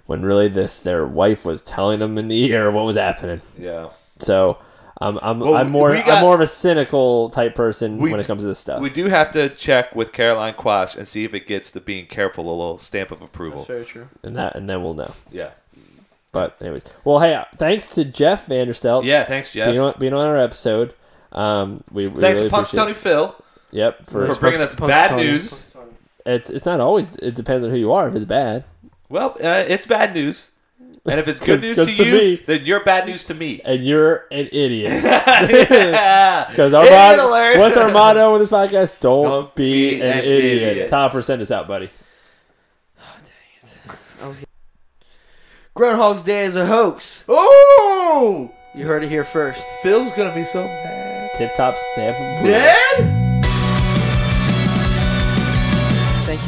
Speaker 2: when really this their wife was telling them in the ear what was happening.
Speaker 5: yeah.
Speaker 2: So. I'm I'm,
Speaker 5: Well,
Speaker 2: I'm more
Speaker 5: we got-
Speaker 2: I'm more of a cynical type person
Speaker 5: We-
Speaker 2: when it comes to this stuff.
Speaker 5: We do have to check with Caroline Quash and see if it gets the being careful a little stamp of approval.
Speaker 3: very true.
Speaker 2: and that and then we'll know.
Speaker 5: Yeah.
Speaker 2: But anyways, well, hey, uh, thanks to Jeff Vanderstelt
Speaker 5: Yeah. Thanks, Jeff.
Speaker 2: being on, being on our episode. Um, we, we
Speaker 5: thanks,
Speaker 2: really
Speaker 5: to Punch
Speaker 2: appreciate.
Speaker 5: Tony Phil.
Speaker 2: Yep, for,
Speaker 5: For bringing us bad news.
Speaker 2: it's it's not always. It depends on who you are. If it's bad,
Speaker 5: Well, uh, it's bad news. And if it's good
Speaker 2: 'Cause-
Speaker 5: news
Speaker 2: 'cause
Speaker 5: to
Speaker 2: to
Speaker 5: you,
Speaker 2: me-
Speaker 5: then you're bad news to me.
Speaker 2: and you're an idiot,
Speaker 5: yeah.
Speaker 2: because our
Speaker 5: Idiot
Speaker 2: motto,
Speaker 5: alert.
Speaker 2: what's our motto on this podcast? Don't,
Speaker 5: Don't
Speaker 2: be,
Speaker 5: be
Speaker 2: an,
Speaker 5: an
Speaker 2: idiot.
Speaker 5: idiot.
Speaker 2: Topper, send us out, buddy.
Speaker 3: Groundhog's Day is a hoax.
Speaker 5: Ooh!
Speaker 3: You heard it here first.
Speaker 5: Phil's gonna be so mad.
Speaker 2: Tip top staff.
Speaker 5: Dad?
Speaker 3: Thank